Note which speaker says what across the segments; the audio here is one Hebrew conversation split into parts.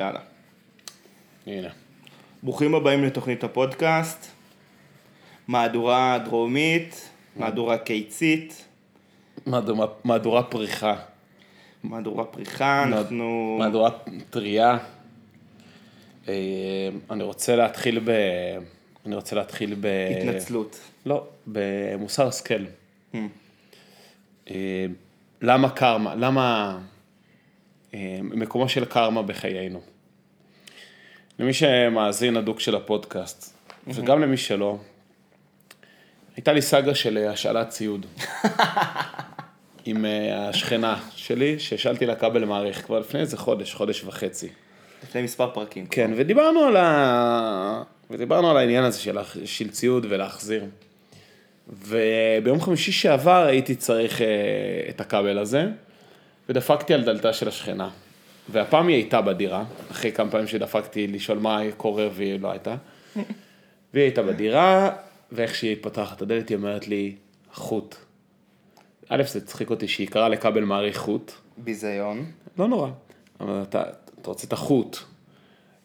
Speaker 1: יאללה.
Speaker 2: הנה.
Speaker 1: ברוכים הבאים לתוכנית הפודקאסט. מהדורה דרומית, מהדורה קיצית,
Speaker 2: מהדורה, מהדורה פריחה.
Speaker 1: מהדורה פריחה, אנחנו...
Speaker 2: מהדורה טריה. אה, אני רוצה להתחיל ב... אני רוצה להתחיל ב...
Speaker 1: התנצלות. Hmm.
Speaker 2: לא, במוסר השכל. אה, למה קרמה? למה אה, מקומו של קרמה בחיינו? למי שמאזין הדוק של הפודקאסט, וגם למי שלא, הייתה לי סאגה של אה, השאלת ציוד. עם אה, השכנה שלי, שהשאלתי לה כבל מעריך כבר לפני איזה חודש, חודש וחצי.
Speaker 1: לפני מספר פרקים.
Speaker 2: כן, ודיברנו על ה... ודיברנו על העניין הזה של, הח- של ציוד ולהחזיר. וביום חמישי שעבר הייתי צריך אה, את הכבל הזה, ודפקתי על דלתה של השכנה. והפעם היא הייתה בדירה, אחרי כמה פעמים שדפקתי לשאול מה קורה והיא לא הייתה. והיא הייתה בדירה, ואיך שהיא פתחת את הדלת היא אומרת לי, חוט. א', זה הצחיק אותי שהיא קראה לכבל מעריך חוט.
Speaker 1: ביזיון.
Speaker 2: לא נורא. אבל אתה, אתה רוצה את החוט.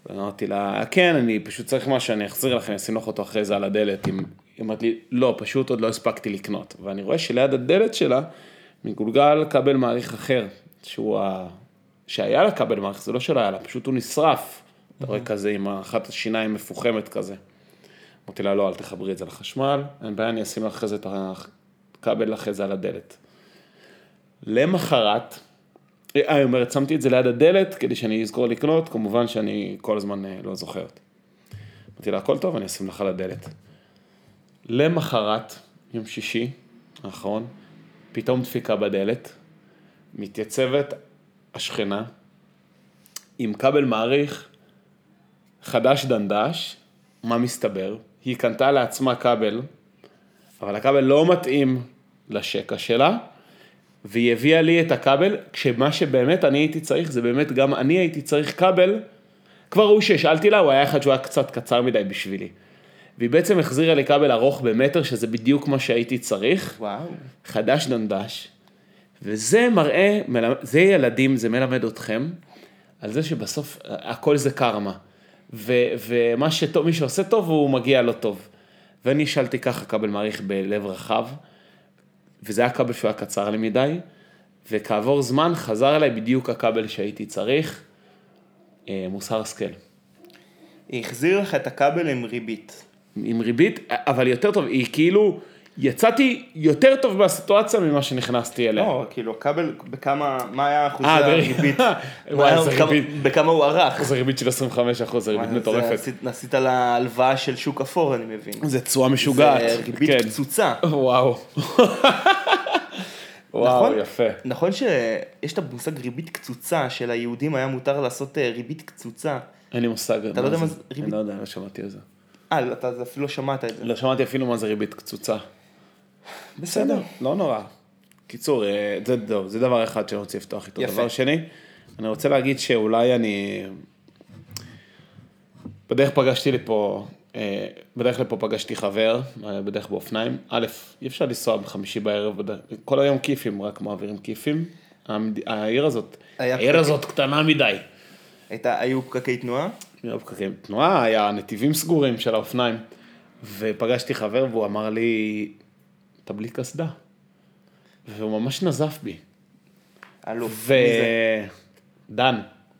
Speaker 2: ואמרתי לה, כן, אני פשוט צריך משהו, אני אחזיר לכם, אסינוך אותו אחרי זה על הדלת. היא היא אמרת לי, לא, פשוט עוד לא הספקתי לקנות. ואני רואה שליד הדלת שלה מגולגל כבל מעריך אחר, שהוא ה... שהיה לה כבל מעריך, זה לא שלא היה לה, פשוט הוא נשרף. אתה רואה כזה עם אחת השיניים מפוחמת כזה. אמרתי לה, לא, אל תחברי את זה לחשמל, אין בעיה, אני אשים לך אחרי זה את הכבל אחרי זה על הדלת. למחרת, אה, היא אומרת, שמתי את זה ליד הדלת כדי שאני אזכור לקנות, כמובן שאני כל הזמן אה, לא זוכרת. אמרתי לה, הכל טוב, אני אשים לך לדלת. למחרת, יום שישי האחרון, פתאום דפיקה בדלת, מתייצבת השכנה עם כבל מעריך חדש דנדש, מה מסתבר? היא קנתה לעצמה כבל, אבל הכבל לא מתאים לשקע שלה, והיא הביאה לי את הכבל, כשמה שבאמת אני הייתי צריך, זה באמת גם אני הייתי צריך כבל, כבר הוא שהשאלתי לה, הוא היה אחד שהוא היה קצת קצר מדי בשבילי. והיא בעצם החזירה לי כבל ארוך במטר, שזה בדיוק מה שהייתי צריך,
Speaker 1: וואו.
Speaker 2: חדש דנדש, וזה מראה, מלמד, זה ילדים, זה מלמד אתכם, על זה שבסוף אה, הכל זה קרמה. ו, ומה שטוב, מי שעושה טוב הוא מגיע לא טוב. ואני שאלתי ככה כבל מעריך בלב רחב, וזה היה כבל שהוא היה קצר לי מדי, וכעבור זמן חזר אליי בדיוק הכבל שהייתי צריך, אה, מוסר השכל.
Speaker 1: היא החזירה לך את הכבל עם ריבית.
Speaker 2: עם ריבית, אבל יותר טוב, היא כאילו, יצאתי יותר טוב מהסיטואציה ממה שנכנסתי אליה.
Speaker 1: לא, כאילו הכבל, בכמה, מה היה אחוזי
Speaker 2: כן. אה, ב-
Speaker 1: הריבית? מה
Speaker 2: וואי,
Speaker 1: היה-
Speaker 2: איזה
Speaker 1: כמה-
Speaker 2: ריבית.
Speaker 1: בכמה הוא ערך?
Speaker 2: זה ריבית של 25 אחוז, זה ריבית
Speaker 1: וואי, זה
Speaker 2: מטורפת.
Speaker 1: עשית- עשית לה הלוואה של שוק אפור, אני מבין.
Speaker 2: זה תשואה משוגעת.
Speaker 1: זה ריבית
Speaker 2: כן.
Speaker 1: קצוצה.
Speaker 2: וואו. וואו,
Speaker 1: נכון?
Speaker 2: יפה.
Speaker 1: נכון שיש את המושג ריבית קצוצה, שליהודים היה מותר לעשות אה, ריבית קצוצה.
Speaker 2: אין לי מושג.
Speaker 1: אתה לא יודע מה זה ריבית?
Speaker 2: אני לא יודע, לא שמעתי על זה.
Speaker 1: אה, לא, אתה אפילו לא שמעת את זה.
Speaker 2: לא שמעתי אפילו מה זה ריבית קצוצה. בסדר, לא נורא. קיצור, אה, זה, טוב, זה דבר אחד שאני רוצה לפתוח איתו.
Speaker 1: יפה.
Speaker 2: דבר שני, אני רוצה להגיד שאולי אני... בדרך פגשתי לפה, אה, בדרך לפה פגשתי חבר, אה, בדרך באופניים. א', אי אפשר לנסוע בחמישי בערב, בדרך- כל היום כיפים, רק מעבירים כיפים. המד- העיר הזאת,
Speaker 1: היה
Speaker 2: העיר
Speaker 1: פקק.
Speaker 2: הזאת קטנה מדי.
Speaker 1: הייתה, היו פקקי תנועה?
Speaker 2: היו פקקים תנועה, היה נתיבים סגורים של האופניים. ופגשתי חבר והוא אמר לי, אתה בלי קסדה. והוא ממש נזף בי.
Speaker 1: אלוף.
Speaker 2: ו...
Speaker 1: מי זה?
Speaker 2: דן,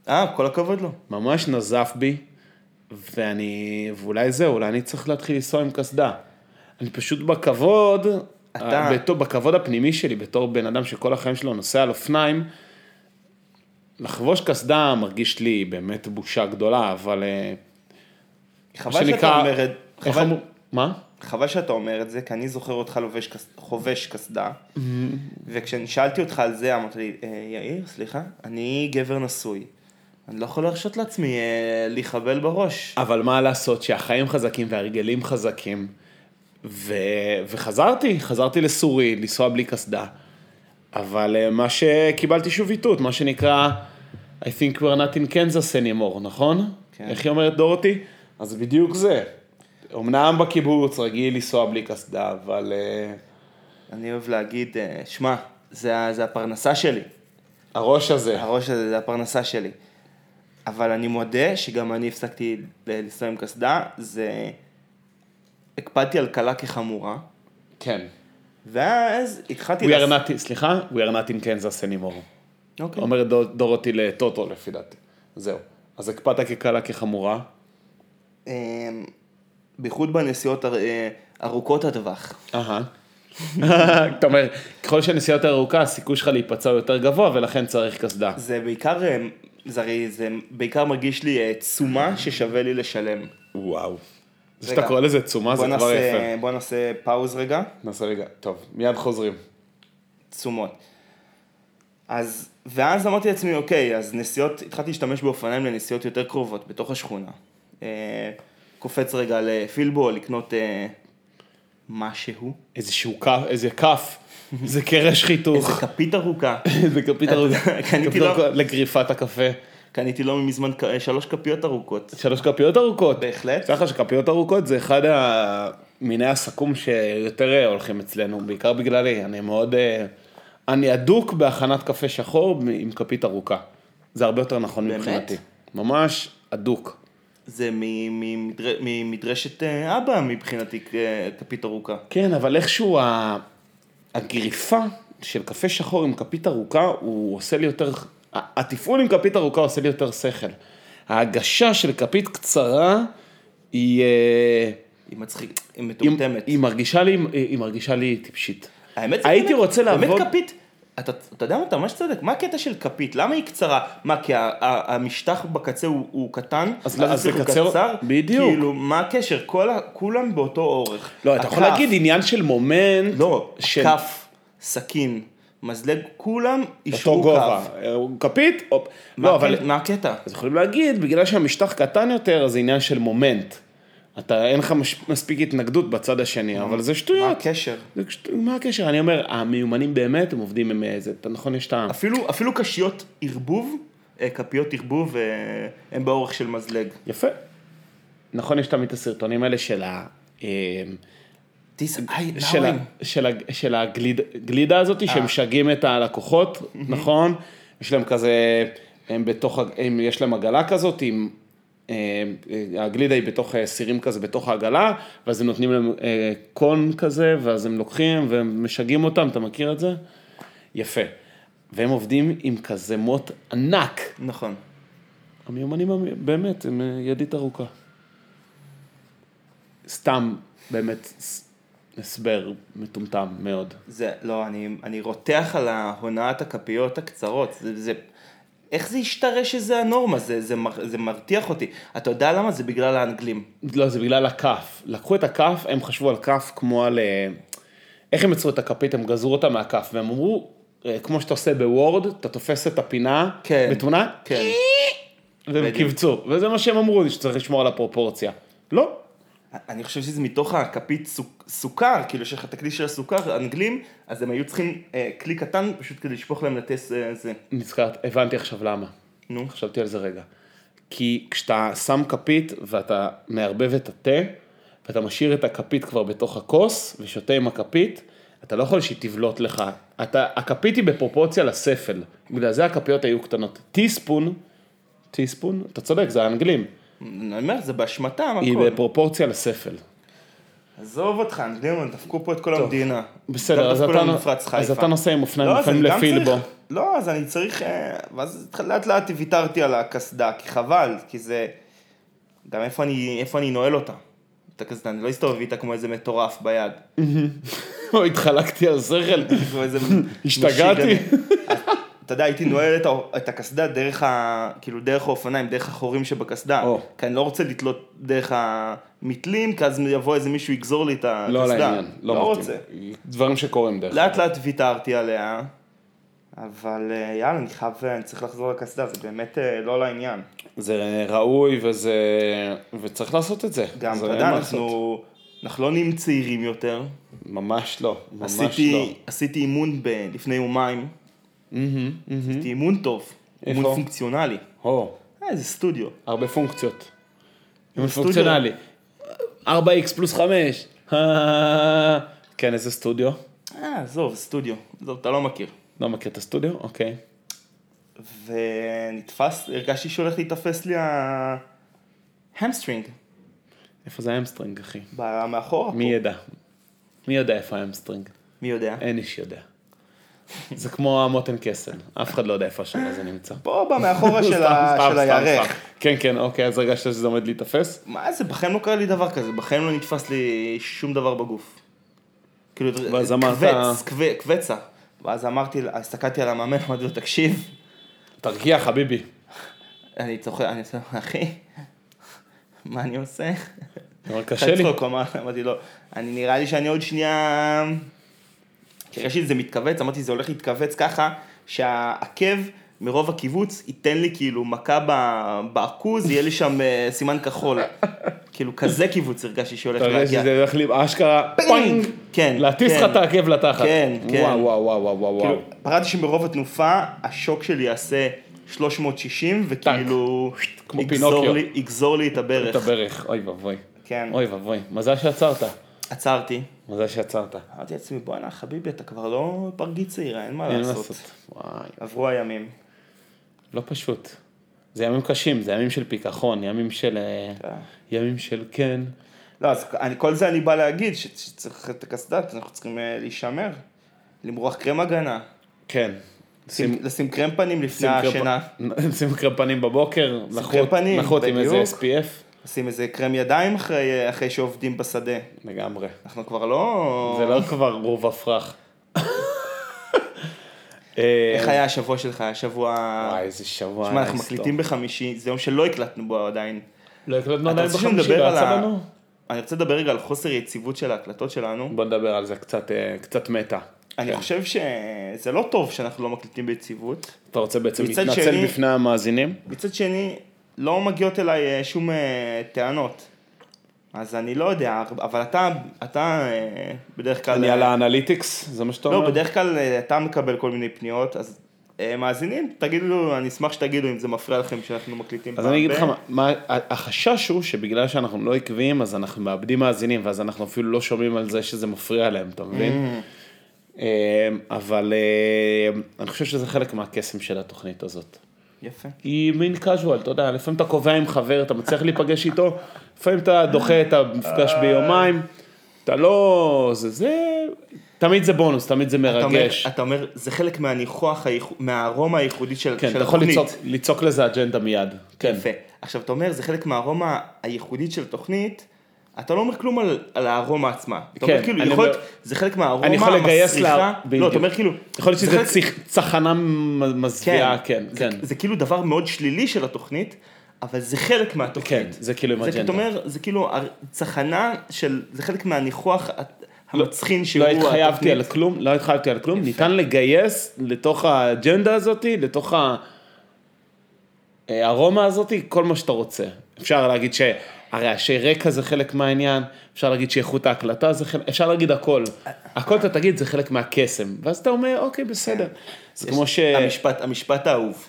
Speaker 1: אה, כל הכבוד לו.
Speaker 2: ממש נזף בי, ואני, ואולי זהו, אולי אני צריך להתחיל לנסוע עם קסדה. אני פשוט בכבוד, אה,
Speaker 1: אתה-
Speaker 2: בתור, בכבוד הפנימי שלי, בתור בן אדם שכל החיים שלו נוסע על אופניים, לחבוש קסדה מרגיש לי באמת בושה גדולה, אבל... אה,
Speaker 1: חבל שאתה אומר את
Speaker 2: איך
Speaker 1: חבל-
Speaker 2: אמרו- מה?
Speaker 1: חבל שאתה אומר את זה, כי אני זוכר אותך לובש קס- חובש קסדה,
Speaker 2: Mm.
Speaker 1: וכששאלתי אותך על זה, אמרת לי, "אה, יאיר, סליחה, אני גבר נשוי. אני לא יכול להרשות לעצמי אה, להיחבל בראש.
Speaker 2: אבל מה לעשות שהחיים חזקים והרגלים חזקים. ו... וחזרתי, חזרתי לסורי, לנסוע בלי קסדה. אבל אה, מה שקיבלתי שוב איתות, מה שנקרא, I think we're not in Kansas anymore, נכון?
Speaker 1: כן.
Speaker 2: כן. איך היא אומרת דורותי? אז בדיוק זה. אמנם בקיבוץ רגיל לנסוע בלי קסדה, אבל... אה,
Speaker 1: אני אוהב להגיד, אה, שמע, זה ה- זה הפרנסה שלי.
Speaker 2: הראש הזה,
Speaker 1: הראש הזה זה הפרנסה שלי. אבל אני מודה שגם אני הפסקתי ל- לנסוע עם קסדה, זה... הקפדתי על קלה כחמורה,
Speaker 2: כן.
Speaker 1: ואז התחלתי...
Speaker 2: We are
Speaker 1: לס-
Speaker 2: not, סליחה, we are not in Kansas anymore.
Speaker 1: אוקיי.
Speaker 2: אומרת דור- דורותי לטוטו לפי דעתי. זהו. אז הקפדת כקלה כחמורה.
Speaker 1: אמ, בייחוד בנסיעות אר- אה, ארוכות הטווח.
Speaker 2: אהה. אתה אומר, ככל שהנסיעה יותר ארוכה, הסיכוי שלך להיפצע הוא יותר גבוה, ולכן צריך קסדה.
Speaker 1: זה בעיקר, אה, זה הרי זה בעיקר מרגיש לי אה, תשומה ששווה לי לשלם.
Speaker 2: וואו. זה
Speaker 1: רגע.
Speaker 2: שאתה קורא לזה תשומה, זה
Speaker 1: בוא
Speaker 2: כבר
Speaker 1: נעשה,
Speaker 2: יפה.
Speaker 1: בוא נעשה פאוז רגע,
Speaker 2: נעשה רגע, טוב, מיד חוזרים.
Speaker 1: תשומות. אז, ואז אמרתי לעצמי, אוקיי, אז נסיעות, התחלתי להשתמש באופניים לנסיעות יותר קרובות, בתוך השכונה. אה, קופץ רגע לפילבו, לקנות אה, משהו,
Speaker 2: איזשהו כף, איזה כף, איזה קרש
Speaker 1: איזה
Speaker 2: חיתוך,
Speaker 1: כפית ארוכה.
Speaker 2: איזה כפית ארוכה,
Speaker 1: קניתי
Speaker 2: כפית
Speaker 1: לו-
Speaker 2: ארוכה לגריפת הקפה.
Speaker 1: קניתי לא מזמן כ- אה, שלוש כפיות ארוכות.
Speaker 2: שלוש כפיות ארוכות.
Speaker 1: בהחלט.
Speaker 2: סליחה שכפיות ארוכות זה אחד המיני הסכו"ם שיותר אה, הולכים אצלנו, בעיקר בגללי, אני מאוד... אה, אני אדוק בהכנת קפה שחור עם כפית ארוכה. זה הרבה יותר נכון
Speaker 1: באמת?
Speaker 2: מבחינתי. ממש אדוק.
Speaker 1: זה מ- מ- מדר- ממדרשת אה, אבא מבחינתי אה, כפית ארוכה.
Speaker 2: כן, אבל איכשהו ה- הגריפה של קפה שחור עם כפית ארוכה, הוא עושה לי יותר, ה- התפעול עם כפית ארוכה עושה לי יותר שכל. ההגשה של כפית קצרה היא... אה,
Speaker 1: היא מצחיק, היא
Speaker 2: היא-
Speaker 1: מטומטמת.
Speaker 2: היא מרגישה לי, היא מרגישה לי טיפשית.
Speaker 1: האמת
Speaker 2: הייתי רוצה לעבוד-
Speaker 1: באמת כפית, אתה, אתה יודע מה, אתה ממש צודק, מה הקטע של כפית? למה היא קצרה? מה, כי ה- ה- המשטח בקצה הוא, הוא קטן,
Speaker 2: אז לא, אז זה
Speaker 1: הוא
Speaker 2: קצר- בדיוק.
Speaker 1: כאילו, מה הקשר? כל, ה- כולם באותו אורך.
Speaker 2: לא, אתה יכול
Speaker 1: הכף,
Speaker 2: להגיד עניין של מומנט.
Speaker 1: לא,
Speaker 2: של-
Speaker 1: כף, סכין, מזלג, כולם
Speaker 2: אותו
Speaker 1: אישרו
Speaker 2: גובה.
Speaker 1: כף.
Speaker 2: אה, הוא כפית, או-
Speaker 1: מה כן?
Speaker 2: לא,
Speaker 1: הק-
Speaker 2: אבל
Speaker 1: מה הקטע?
Speaker 2: אז יכולים להגיד, בגלל שהמשטח קטן יותר, אז זה עניין של מומנט. אתה, אין לך מש- מספיק התנגדות בצד השני, אבל זה
Speaker 1: מה
Speaker 2: שטויות.
Speaker 1: הקשר?
Speaker 2: זה כשט- מה הקשר? אני אומר, המיומנים באמת, הם עובדים עם איזה, אתה נכון, יש את ה...
Speaker 1: אפילו, אפילו קשיות ערבוב, אה, כפיות ערבוב, אה, הם באורך של מזלג.
Speaker 2: יפה. נכון, יש תמיד את הסרטונים האלה של ה... אה,
Speaker 1: This I
Speaker 2: של, ה, של, ה, של הגליד, גלידה הזאת, שהם משגעים את הלקוחות, נכון? יש להם כזה, הם בתוך, ה- הם, יש להם עגלה כזאת, עם, אה, אה, הגלידה היא בתוך אה, סירים כזה, בתוך העגלה, ואז הם נותנים להם אה, קון כזה, ואז הם לוקחים והם משגעים אותם, אתה מכיר את זה? יפה. והם עובדים עם כזה מוט ענק.
Speaker 1: נכון.
Speaker 2: המיומנים המי- באמת, הם אה, ידית ארוכה. סתם, באמת, ס- הסבר מטומטם מאוד.
Speaker 1: זה, לא, אני, אני רותח על ההונאת הכפיות הקצרות. זה, זה, איך זה השתרש שזה הנורמה? זה, זה, מר, זה מרתיח אותי. אתה יודע למה? זה בגלל האנגלים.
Speaker 2: לא, זה בגלל הכף. לקחו את הכף, הם חשבו על כף כמו על... אה, איך הם יצרו את הכפית? הם גזרו אותה מהכף, והם אמרו, אה, כמו שאתה עושה בוורד, אתה תופס את הפינה
Speaker 1: כן.
Speaker 2: בתמונה,
Speaker 1: כן.
Speaker 2: והם
Speaker 1: בדיוק.
Speaker 2: קיבצו. וזה מה שהם אמרו, לי, שצריך לשמור על הפרופורציה. לא,
Speaker 1: אני חושב שזה מתוך הכפית סוכ- סוכר, כאילו שיש לך את הכלי של הסוכר, האנגלים, אז הם היו צריכים אה, כלי קטן פשוט כדי לשפוך להם לטס אה, זה.
Speaker 2: נזכרת, הבנתי עכשיו למה.
Speaker 1: נו.
Speaker 2: חשבתי על זה רגע. כי כשאתה שם כפית ואתה מערבב את התה, ואתה משאיר את הכפית כבר בתוך הכוס, ושותה עם הכפית, אתה לא יכול שהיא תבלוט לך. אתה, הכפית היא בפרופורציה לספל. בגלל זה הכפיות היו קטנות. טיספון, טיספון, אתה צודק, זה האנגלים.
Speaker 1: אני אומר, זה באשמתם,
Speaker 2: היא
Speaker 1: הכל.
Speaker 2: בפרופורציה לספל.
Speaker 1: עזוב אותך, האנגלים דפקו פה את כל המדינה.
Speaker 2: בסדר,
Speaker 1: גם
Speaker 2: אז
Speaker 1: דפקו
Speaker 2: אתה,
Speaker 1: לנו מפרץ
Speaker 2: אז
Speaker 1: חיפה.
Speaker 2: אתה נוסע עם אופניים
Speaker 1: לא, אז
Speaker 2: לפעמים
Speaker 1: אני גם
Speaker 2: לפילבו.
Speaker 1: צריך- לא, אז אני צריך... אה, ואז התח- לאט לאט ויתרתי על הקסדה, כי חבל, כי זה... גם איפה אני, איפה אני נועל אותה? את הקסדה, אני לא אסתובב איתה כמו איזה מטורף ביד.
Speaker 2: אוי, התחלקתי על שכל.
Speaker 1: כמו איזה...
Speaker 2: השתגעתי.
Speaker 1: מישיגני. אז, אתה יודע, הייתי נועל את ה- את הקסדה דרך ה... כאילו, דרך האופניים, דרך החורים שבקסדה.
Speaker 2: או.
Speaker 1: כי אני לא רוצה לתלות דרך המתלים, כי אז יבוא איזה מישהו יגזור לי את הקסדה.
Speaker 2: לא לעניין,
Speaker 1: לא
Speaker 2: לא
Speaker 1: רוצה.
Speaker 2: מתאים. דברים שקורים דרך
Speaker 1: לאט לאט ויתרתי עליה, אבל אה, יאללה, אני חייב, אני צריך לחזור לקסדה, זה באמת אה, לא לעניין.
Speaker 2: זה ראוי וזה... וצריך לעשות את זה.
Speaker 1: גם,
Speaker 2: זה
Speaker 1: אתה
Speaker 2: אין
Speaker 1: יודע,
Speaker 2: מה לעשות.
Speaker 1: אנחנו, אנחנו לא נהיים צעירים יותר.
Speaker 2: ממש לא, ממש לא.
Speaker 1: עשיתי, עשיתי אימון ב, לפני יומיים,
Speaker 2: מהמם, מהמם.
Speaker 1: עשיתי אימון טוב, אימון
Speaker 2: איפה?
Speaker 1: פונקציונלי.
Speaker 2: לא. הו,
Speaker 1: אה, זה סטודיו.
Speaker 2: הרבה פונקציות. זה
Speaker 1: סטודיו.
Speaker 2: פונקציונלי. 4x פלוס 5. כן, איזה סטודיו?
Speaker 1: אה, עזוב, סטודיו. עזוב, אתה לא מכיר.
Speaker 2: לא מכיר את הסטודיו? אוקיי.
Speaker 1: ונתפס, הרגשתי שהולך להיתפס לי ההמסטרינג,
Speaker 2: איפה זה האמסטרינג, אחי?
Speaker 1: ב- מאחורה.
Speaker 2: מי ידע? מי יודע איפה האמסטרינג?
Speaker 1: מי יודע?
Speaker 2: אין איש יודע. זה כמו המותן קסם, אף אחד לא יודע איפה השאלה זה נמצא.
Speaker 1: פה במאחורה של
Speaker 2: סתם,
Speaker 1: ה-
Speaker 2: סתם,
Speaker 1: של
Speaker 2: סתם,
Speaker 1: הירך.
Speaker 2: סתם. כן, כן, אוקיי, אז הרגשת שזה עומד להיתפס?
Speaker 1: מה זה, בחיים לא קרה לי דבר כזה, בחיים לא נתפס לי שום דבר בגוף. כאילו,
Speaker 2: ואז אמרת-
Speaker 1: קווץ, קווה- קווצה. ואז אמרתי, הסתכלתי על המאמן, אמרתי לו, תקשיב,
Speaker 2: תרגיע, חביבי.
Speaker 1: אני צוחק, אני עושה, אחי, מה אני עושה?
Speaker 2: זה אומר, קשה לי.
Speaker 1: צחוק, הוא אמר, אמרתי לו, אני נראה לי שאני עוד שנייה... הרגשתי שזה מתכווץ, אמרתי זה הולך להתכווץ ככה, שהעקב מרוב הקיבוץ ייתן לי כאילו מכה ב- בעכוז, יהיה לי שם אה, סימן כחול. כאילו כזה קיבוץ הרגשתי שהולך
Speaker 2: אתה רואה
Speaker 1: להגיע.
Speaker 2: שזה הולך לי אשכרה פאנג!
Speaker 1: פינג! כן,
Speaker 2: להטיס
Speaker 1: כן.
Speaker 2: לך את העקב לתחת.
Speaker 1: כן, כן.
Speaker 2: וואו, וואו, וואו, וואו, וואו.
Speaker 1: כאילו, פרדתי שמרוב התנופה, השוק שלי יעשה 360, וכאילו,
Speaker 2: כמו
Speaker 1: יגזור
Speaker 2: פינוקיו.
Speaker 1: לי- יגזור לי את
Speaker 2: את
Speaker 1: הברך.
Speaker 2: הברך, אוי ואבוי.
Speaker 1: כאילו, כן.
Speaker 2: אוי ואבוי, מזל שעצרת.
Speaker 1: עצרתי.
Speaker 2: מזל שעצרת.
Speaker 1: אמרתי לעצמי, בואנה חביבי, אתה כבר לא פרגית צעירה, אין מה
Speaker 2: אין מה
Speaker 1: לעשות.
Speaker 2: לעשות. וואי,
Speaker 1: עברו הימים.
Speaker 2: לא פשוט. זה ימים קשים, זה ימים של פיכחון, ימים של... אה,
Speaker 1: כן.
Speaker 2: ימים של כן.
Speaker 1: לא, אז אני, כל זה אני בא להגיד, ש- שצריך את הקסדה, אנחנו צריכים אה, להישמר. למרוח קרם הגנה.
Speaker 2: כן.
Speaker 1: לשים- לשים קרם פנים לפני
Speaker 2: שים קרם-
Speaker 1: השינה.
Speaker 2: שים קרם פנים בבוקר,
Speaker 1: קרם
Speaker 2: לחוט-
Speaker 1: פנים,
Speaker 2: לחוט עם איזה
Speaker 1: בדיוק.
Speaker 2: SPF.
Speaker 1: לשים איזה קרם ידיים אחרי, אה, אחרי שעובדים בשדה.
Speaker 2: לגמרי.
Speaker 1: אנחנו כבר לא...
Speaker 2: זה לא כבר רוב הפרח. אה,
Speaker 1: איך היה השבוע שלך? השבוע...
Speaker 2: וואי, איזה שבוע.
Speaker 1: תשמע,
Speaker 2: היה
Speaker 1: אנחנו
Speaker 2: היסטורי.
Speaker 1: מקליטים בחמישי, זה יום שלא הקלטנו בו עדיין.
Speaker 2: לא הקלטנו
Speaker 1: אתה
Speaker 2: עדיין
Speaker 1: רוצה
Speaker 2: בחמישי,
Speaker 1: שנדבר
Speaker 2: לא
Speaker 1: על
Speaker 2: יצא
Speaker 1: ה...
Speaker 2: לנו?
Speaker 1: אני רוצה לדבר רגע על חוסר יציבות של ההקלטות שלנו.
Speaker 2: בוא נדבר על זה קצת, אה, קצת מטה.
Speaker 1: אני
Speaker 2: כן.
Speaker 1: חושב שזה לא טוב שאנחנו לא מקליטים ביציבות.
Speaker 2: אתה רוצה בעצם
Speaker 1: מצד
Speaker 2: להתנצל
Speaker 1: שני-
Speaker 2: בפני המאזינים?
Speaker 1: מצד שני, לא מגיעות אליי אה, שום אה, טענות. אז אני לא יודע, אבל אתה, אתה אה, בדרך כלל...
Speaker 2: אני על האנליטיקס, זה מה שאתה אומר?
Speaker 1: לא, בדרך כלל אה, אתה מקבל כל מיני פניות, אז אה, מאזינים, תגידו, אני אשמח שתגידו אם זה מפריע לכם שאנחנו מקליטים
Speaker 2: אז
Speaker 1: פעם
Speaker 2: אני אגיד
Speaker 1: ב-
Speaker 2: לך, מה- מה- החשש הוא שבגלל שאנחנו לא עקביים, אז אנחנו מאבדים מאזינים, ואז אנחנו אפילו לא שומעים על זה שזה מפריע להם, אתה מבין?
Speaker 1: Mm.
Speaker 2: אה, אבל אה, אני חושב שזה חלק מהקסם של התוכנית הזאת.
Speaker 1: יפה.
Speaker 2: היא מין casual, אתה יודע, לפעמים אתה קובע עם חבר, אתה מצליח להיפגש איתו, לפעמים אתה דוחה את המפגש ביומיים, אתה לא... זה זה... תמיד זה בונוס, תמיד זה
Speaker 1: אתה אומר,
Speaker 2: מרגש.
Speaker 1: אתה אומר, זה חלק מהניחוח, הייחו- מהארומה הייחודית של של
Speaker 2: כן,
Speaker 1: התוכנית.
Speaker 2: אתה יכול לצעוק- לצעוק לזה אג'נדה מיד. כן.
Speaker 1: יפה. עכשיו, אתה אומר, זה חלק מהארומה הייחודית של התוכנית, אתה לא אומר כלום על, על הארומה עצמה. אתה
Speaker 2: כן,
Speaker 1: אומר, כאילו,
Speaker 2: אני
Speaker 1: יכול
Speaker 2: אומר-
Speaker 1: להיות, זה חלק מהארומה
Speaker 2: אני יכול לגייס לה-
Speaker 1: המסריחה. לא,
Speaker 2: בדיוק.
Speaker 1: אתה אומר, כאילו...
Speaker 2: יכול להיות
Speaker 1: זה
Speaker 2: שזה
Speaker 1: חלק-
Speaker 2: צח- צחנה מ- מזוויעה, כן,
Speaker 1: זה,
Speaker 2: כן.
Speaker 1: זה כאילו דבר מאוד שלילי של התוכנית, אבל זה חלק מהתוכנית.
Speaker 2: כן, זה כאילו עם
Speaker 1: זה כי אתה
Speaker 2: אג'נדה.
Speaker 1: אומר, זה כאילו צחנה של, זה חלק מהניחוח המצחין שהוא
Speaker 2: לא
Speaker 1: התוכנית.
Speaker 2: התחייבתי על כלום, לא התחייבתי על כלום, ניתן לגייס לתוך האג'נדה הזאת, לתוך הארומה הזאת, כל מה שאתה רוצה. אפשר להגיד שהרעשי רקע זה חלק מהעניין, אפשר להגיד שאיכות ההקלטה זה חלק, אפשר להגיד הכל. הכל אתה תגיד זה חלק מהקסם, ואז אתה אומר, אוקיי, בסדר. זה כמו ש...
Speaker 1: כן. המשפט, המשפט האהוב,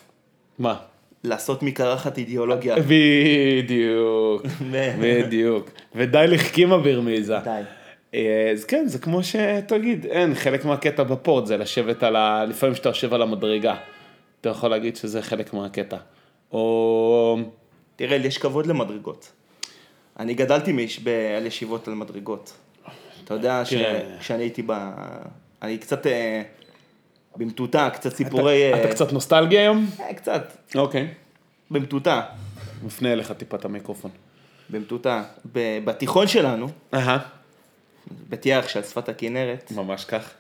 Speaker 2: מה?
Speaker 1: לעשות מקרחת אידיאולוגיה.
Speaker 2: בדיוק,
Speaker 1: ו-
Speaker 2: בדיוק. ודי לחכימה ברמיזה.
Speaker 1: די.
Speaker 2: אה, אז כן, זה כמו שתגיד, אין, חלק מהקטע בפורט זה לשבת על ה... לפעמים כשאתה יושב על המדרגה, אתה יכול להגיד שזה חלק מהקטע. או...
Speaker 1: תראה, לי יש כבוד למדרגות. אני גדלתי מיש... ב... על ישיבות על מדרגות. אתה יודע
Speaker 2: תראה.
Speaker 1: שכשאני הייתי ב... אני קצת אה, במטותא, קצת סיפורי...
Speaker 2: אתה
Speaker 1: אה,
Speaker 2: קצת נוסטלגי היום?
Speaker 1: אה, קצת,
Speaker 2: אוקיי.
Speaker 1: במטותא.
Speaker 2: מפנה אליך טיפה את המיקרופון.
Speaker 1: במטותא. ב... בתיכון שלנו,
Speaker 2: אהה.
Speaker 1: בתיאח שעל שפת הכנרת,
Speaker 2: ממש כך.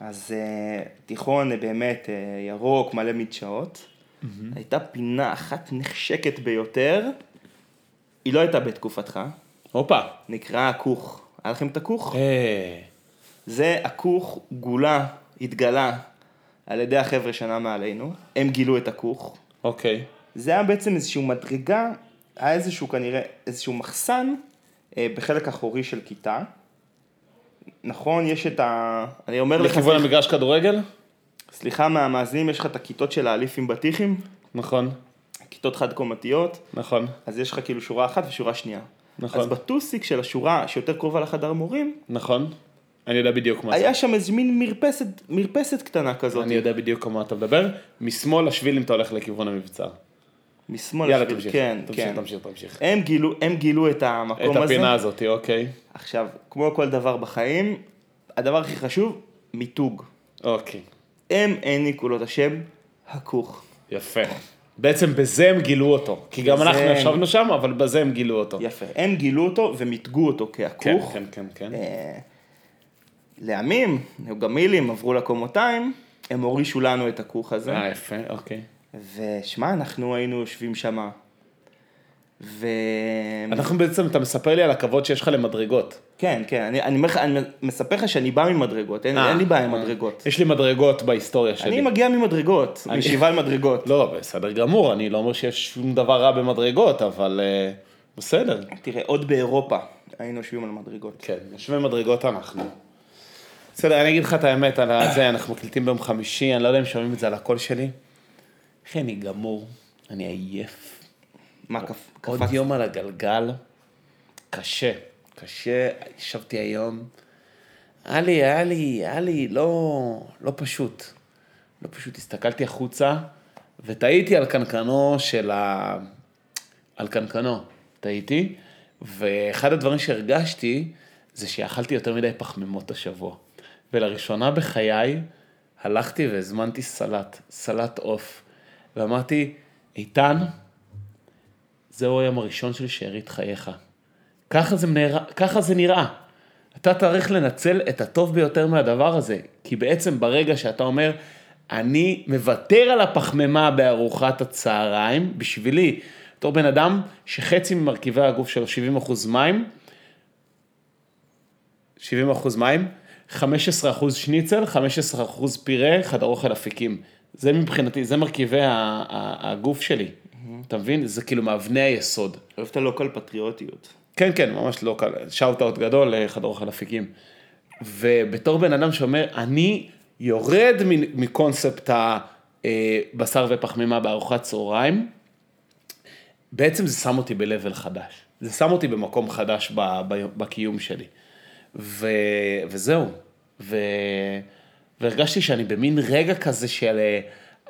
Speaker 1: אז אה, תיכון אה, באמת אה, ירוק, מלא מדשאות. הייתה פינה אחת נחשקת ביותר, היא לא הייתה בתקופתך,
Speaker 2: הופה.
Speaker 1: נקראה הכוך. היה לכם את הכוך?
Speaker 2: אה,
Speaker 1: זה הכוך גולה, התגלה על ידי החבר'ה שנה מעלינו, הם גילו את הכוך.
Speaker 2: אוקיי.
Speaker 1: זה היה בעצם איזושהי מדרגה, היה איזשהו כנראה, איזשהו מחסן אה, בחלק אחורי של כיתה. נכון, יש את ה... אני אומר לך,
Speaker 2: לכיוון המגרש כדורגל?
Speaker 1: סליחה מהמאזינים, יש לך את הכיתות של האליפים בטיחים,
Speaker 2: נכון,
Speaker 1: כיתות חד-קומתיות,
Speaker 2: נכון.
Speaker 1: אז יש לך כאילו שורה אחת ושורה שנייה.
Speaker 2: נכון.
Speaker 1: אז בטוסיק של השורה שיותר קרובה לחדר מורים,
Speaker 2: נכון. אני יודע בדיוק מה זה.
Speaker 1: היה שם איזה מין מרפסת, מרפסת קטנה כזאת.
Speaker 2: אני יודע בדיוק על מה אתה מדבר. משמאל לשביל אם אתה הולך לכיוון המבצר.
Speaker 1: משמאל.
Speaker 2: יאללה,
Speaker 1: לשביל.
Speaker 2: תמשיך.
Speaker 1: כן,
Speaker 2: תמשיך,
Speaker 1: כן.
Speaker 2: תמשיך, תמשיך.
Speaker 1: הם גילו, הם גילו את
Speaker 2: את
Speaker 1: המקום הזה.
Speaker 2: הפינה הזאת, אוקיי.
Speaker 1: עכשיו, כמו כל דבר בחיים, הדבר הכי חשוב, מיתוג.
Speaker 2: אוקיי.
Speaker 1: הם העניקו לו את השם הכוך.
Speaker 2: יפה. בעצם בזה הם גילו אותו. כי גם
Speaker 1: בזה
Speaker 2: אנחנו
Speaker 1: הם-
Speaker 2: ישבנו שם, אבל בזה הם גילו אותו.
Speaker 1: יפה. הם גילו אותו ומיתגו אותו
Speaker 2: כן,
Speaker 1: כהכוך.
Speaker 2: כן, כן, כן.
Speaker 1: אה, לעמים, היו גמילים, עברו לקומותיים, הם הורישו לנו את הכוך הזה.
Speaker 2: אה, יפה, אוקיי.
Speaker 1: ושמע, אנחנו היינו יושבים שמה. ו...
Speaker 2: אנחנו בעצם, אתה מספר לי על הכבוד שיש לך למדרגות.
Speaker 1: כן, כן, אני, אני, אומר לך- אני מספר לך שאני בא ממדרגות, אין,
Speaker 2: אה,
Speaker 1: אין לי בעיה עם
Speaker 2: אה.
Speaker 1: מדרגות.
Speaker 2: יש לי מדרגות בהיסטוריה שלי.
Speaker 1: אני מגיע ממדרגות,
Speaker 2: אני-
Speaker 1: משבעה למדרגות.
Speaker 2: לא, בסדר גמור, אני לא אומר שיש שום דבר רע במדרגות, אבל אה, בסדר.
Speaker 1: תראה, עוד באירופה היינו יושבים על מדרגות.
Speaker 2: כן, יושבי מדרגות אנחנו. בסדר, אני אגיד לך את האמת על זה, אנחנו מקליטים ביום חמישי, אני לא יודע אם שומעים את זה על הקול שלי. אחי, אני גמור, אני עייף.
Speaker 1: מה, קפ-
Speaker 2: עוד
Speaker 1: קפצת?
Speaker 2: יום על הגלגל, קשה, קשה, ישבתי היום, היה לי, היה לי, היה לי לא, לא פשוט, לא פשוט, הסתכלתי החוצה ותהיתי על קנקנו של ה... על קנקנו, תהיתי, ואחד הדברים שהרגשתי זה שאכלתי יותר מדי פחמימות השבוע, ולראשונה בחיי הלכתי והזמנתי סלט, סלט עוף, ואמרתי, איתן, זהו היום הראשון של שארית חייך. ככה זה, נראה, ככה זה נראה. אתה צריך לנצל את הטוב ביותר מהדבר הזה, כי בעצם ברגע שאתה אומר, אני מוותר על הפחמימה בארוחת הצהריים, בשבילי, בתור בן אדם שחצי ממרכיבי הגוף שלו 70% מים, 70% מים, 15% שניצל, 15% פירה, חדר אוכל אפיקים. זה מבחינתי, זה מרכיבי ה- ה- הגוף שלי. אתה מבין? זה כאילו מאבני היסוד.
Speaker 1: אוהב את הלוקל פטריוטיות.
Speaker 2: כן, כן, ממש לא קל. שאוט אאוט גדול לחדר אוכל אפיקים. ובתור בן אדם שאומר, אני יורד מ- מקונספט הבשר ופחמימה בארוחת צהריים, בעצם זה שם אותי ב-level חדש. זה שם אותי במקום חדש ב- ב- בקיום שלי. ו... וזהו. ו... והרגשתי שאני במין רגע כזה של אה,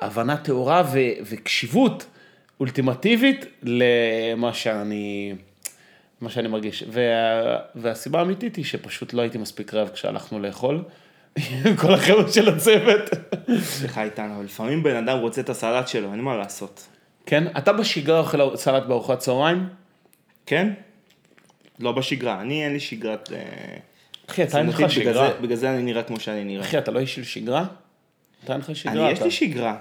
Speaker 2: הבנה טהורה ו... וקשיבות אולטימטיבית למה שאני, מה שאני מרגיש. וה... והסיבה האמיתית היא שפשוט לא הייתי מספיק רעב כשהלכנו לאכול. עם כל החבר'ה של הצוות.
Speaker 1: סליחה איתנו, אבל לפעמים בן אדם רוצה את הסלט שלו, אין מה לעשות.
Speaker 2: כן, אתה בשגרה אוכל סלט בארוחת צהריים?
Speaker 1: כן? לא בשגרה, אני אין לי שגרת... אה,
Speaker 2: אחי, אתה אין לך
Speaker 1: תזונתית, בגלל
Speaker 2: שגרה.
Speaker 1: זה- בגלל זה אני נראה כמו שאני נראה.
Speaker 2: אחי, אתה לא איש של שגרה? אתה אין לך שגרה?
Speaker 1: אני, יש
Speaker 2: אתה-
Speaker 1: לי שגרה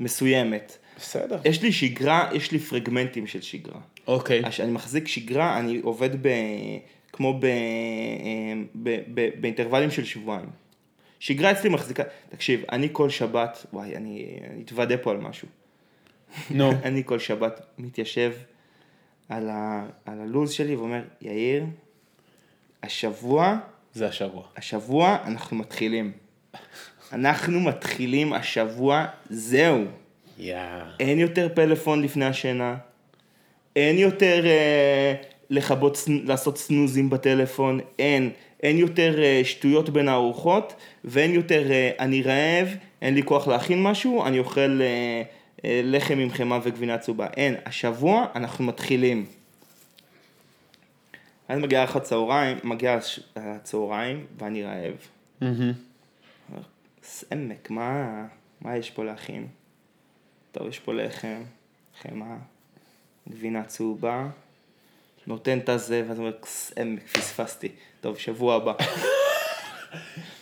Speaker 1: מסוימת.
Speaker 2: בסדר.
Speaker 1: יש לי שגרה, יש לי פרגמנטים של שגרה.
Speaker 2: אוקיי.
Speaker 1: הש- אני מחזיק שגרה, אני עובד ב... כמו ב... אמ, ב... ב... באינטרוולים של שבועיים. שגרה אצלי מחזיקה, תקשיב, אני כל שבת, וואי, אני אני אתוודה פה על משהו.
Speaker 2: נו.
Speaker 1: אני כל שבת מתיישב על, ה... על הלו"ז שלי ואומר, יאיר, השבוע,
Speaker 2: זה השבוע.
Speaker 1: השבוע אנחנו מתחילים. אנחנו מתחילים השבוע, זהו.
Speaker 2: יאה.
Speaker 1: אין יותר פלאפון לפני השינה, אין יותר אה, לכבות, סנ- לעשות סנוזים בטלפון, אין. אין יותר אה, שטויות בין הארוחות, ואין יותר אה, אני רעב, אין לי כוח להכין משהו, אני אוכל אה, אה, לחם עם חמאה וגבינה צהובה. אין. השבוע אנחנו מתחילים. אז מגיעה אחת צהריים, מגיע הש- הצהריים, ואני רעב. סמק, מה, מה יש פה להכין? טוב, יש פה לחם, חמאה, גבינה צהובה, נותן את הזה, ואז אומר, סמק, פספסתי. טוב, שבוע הבא.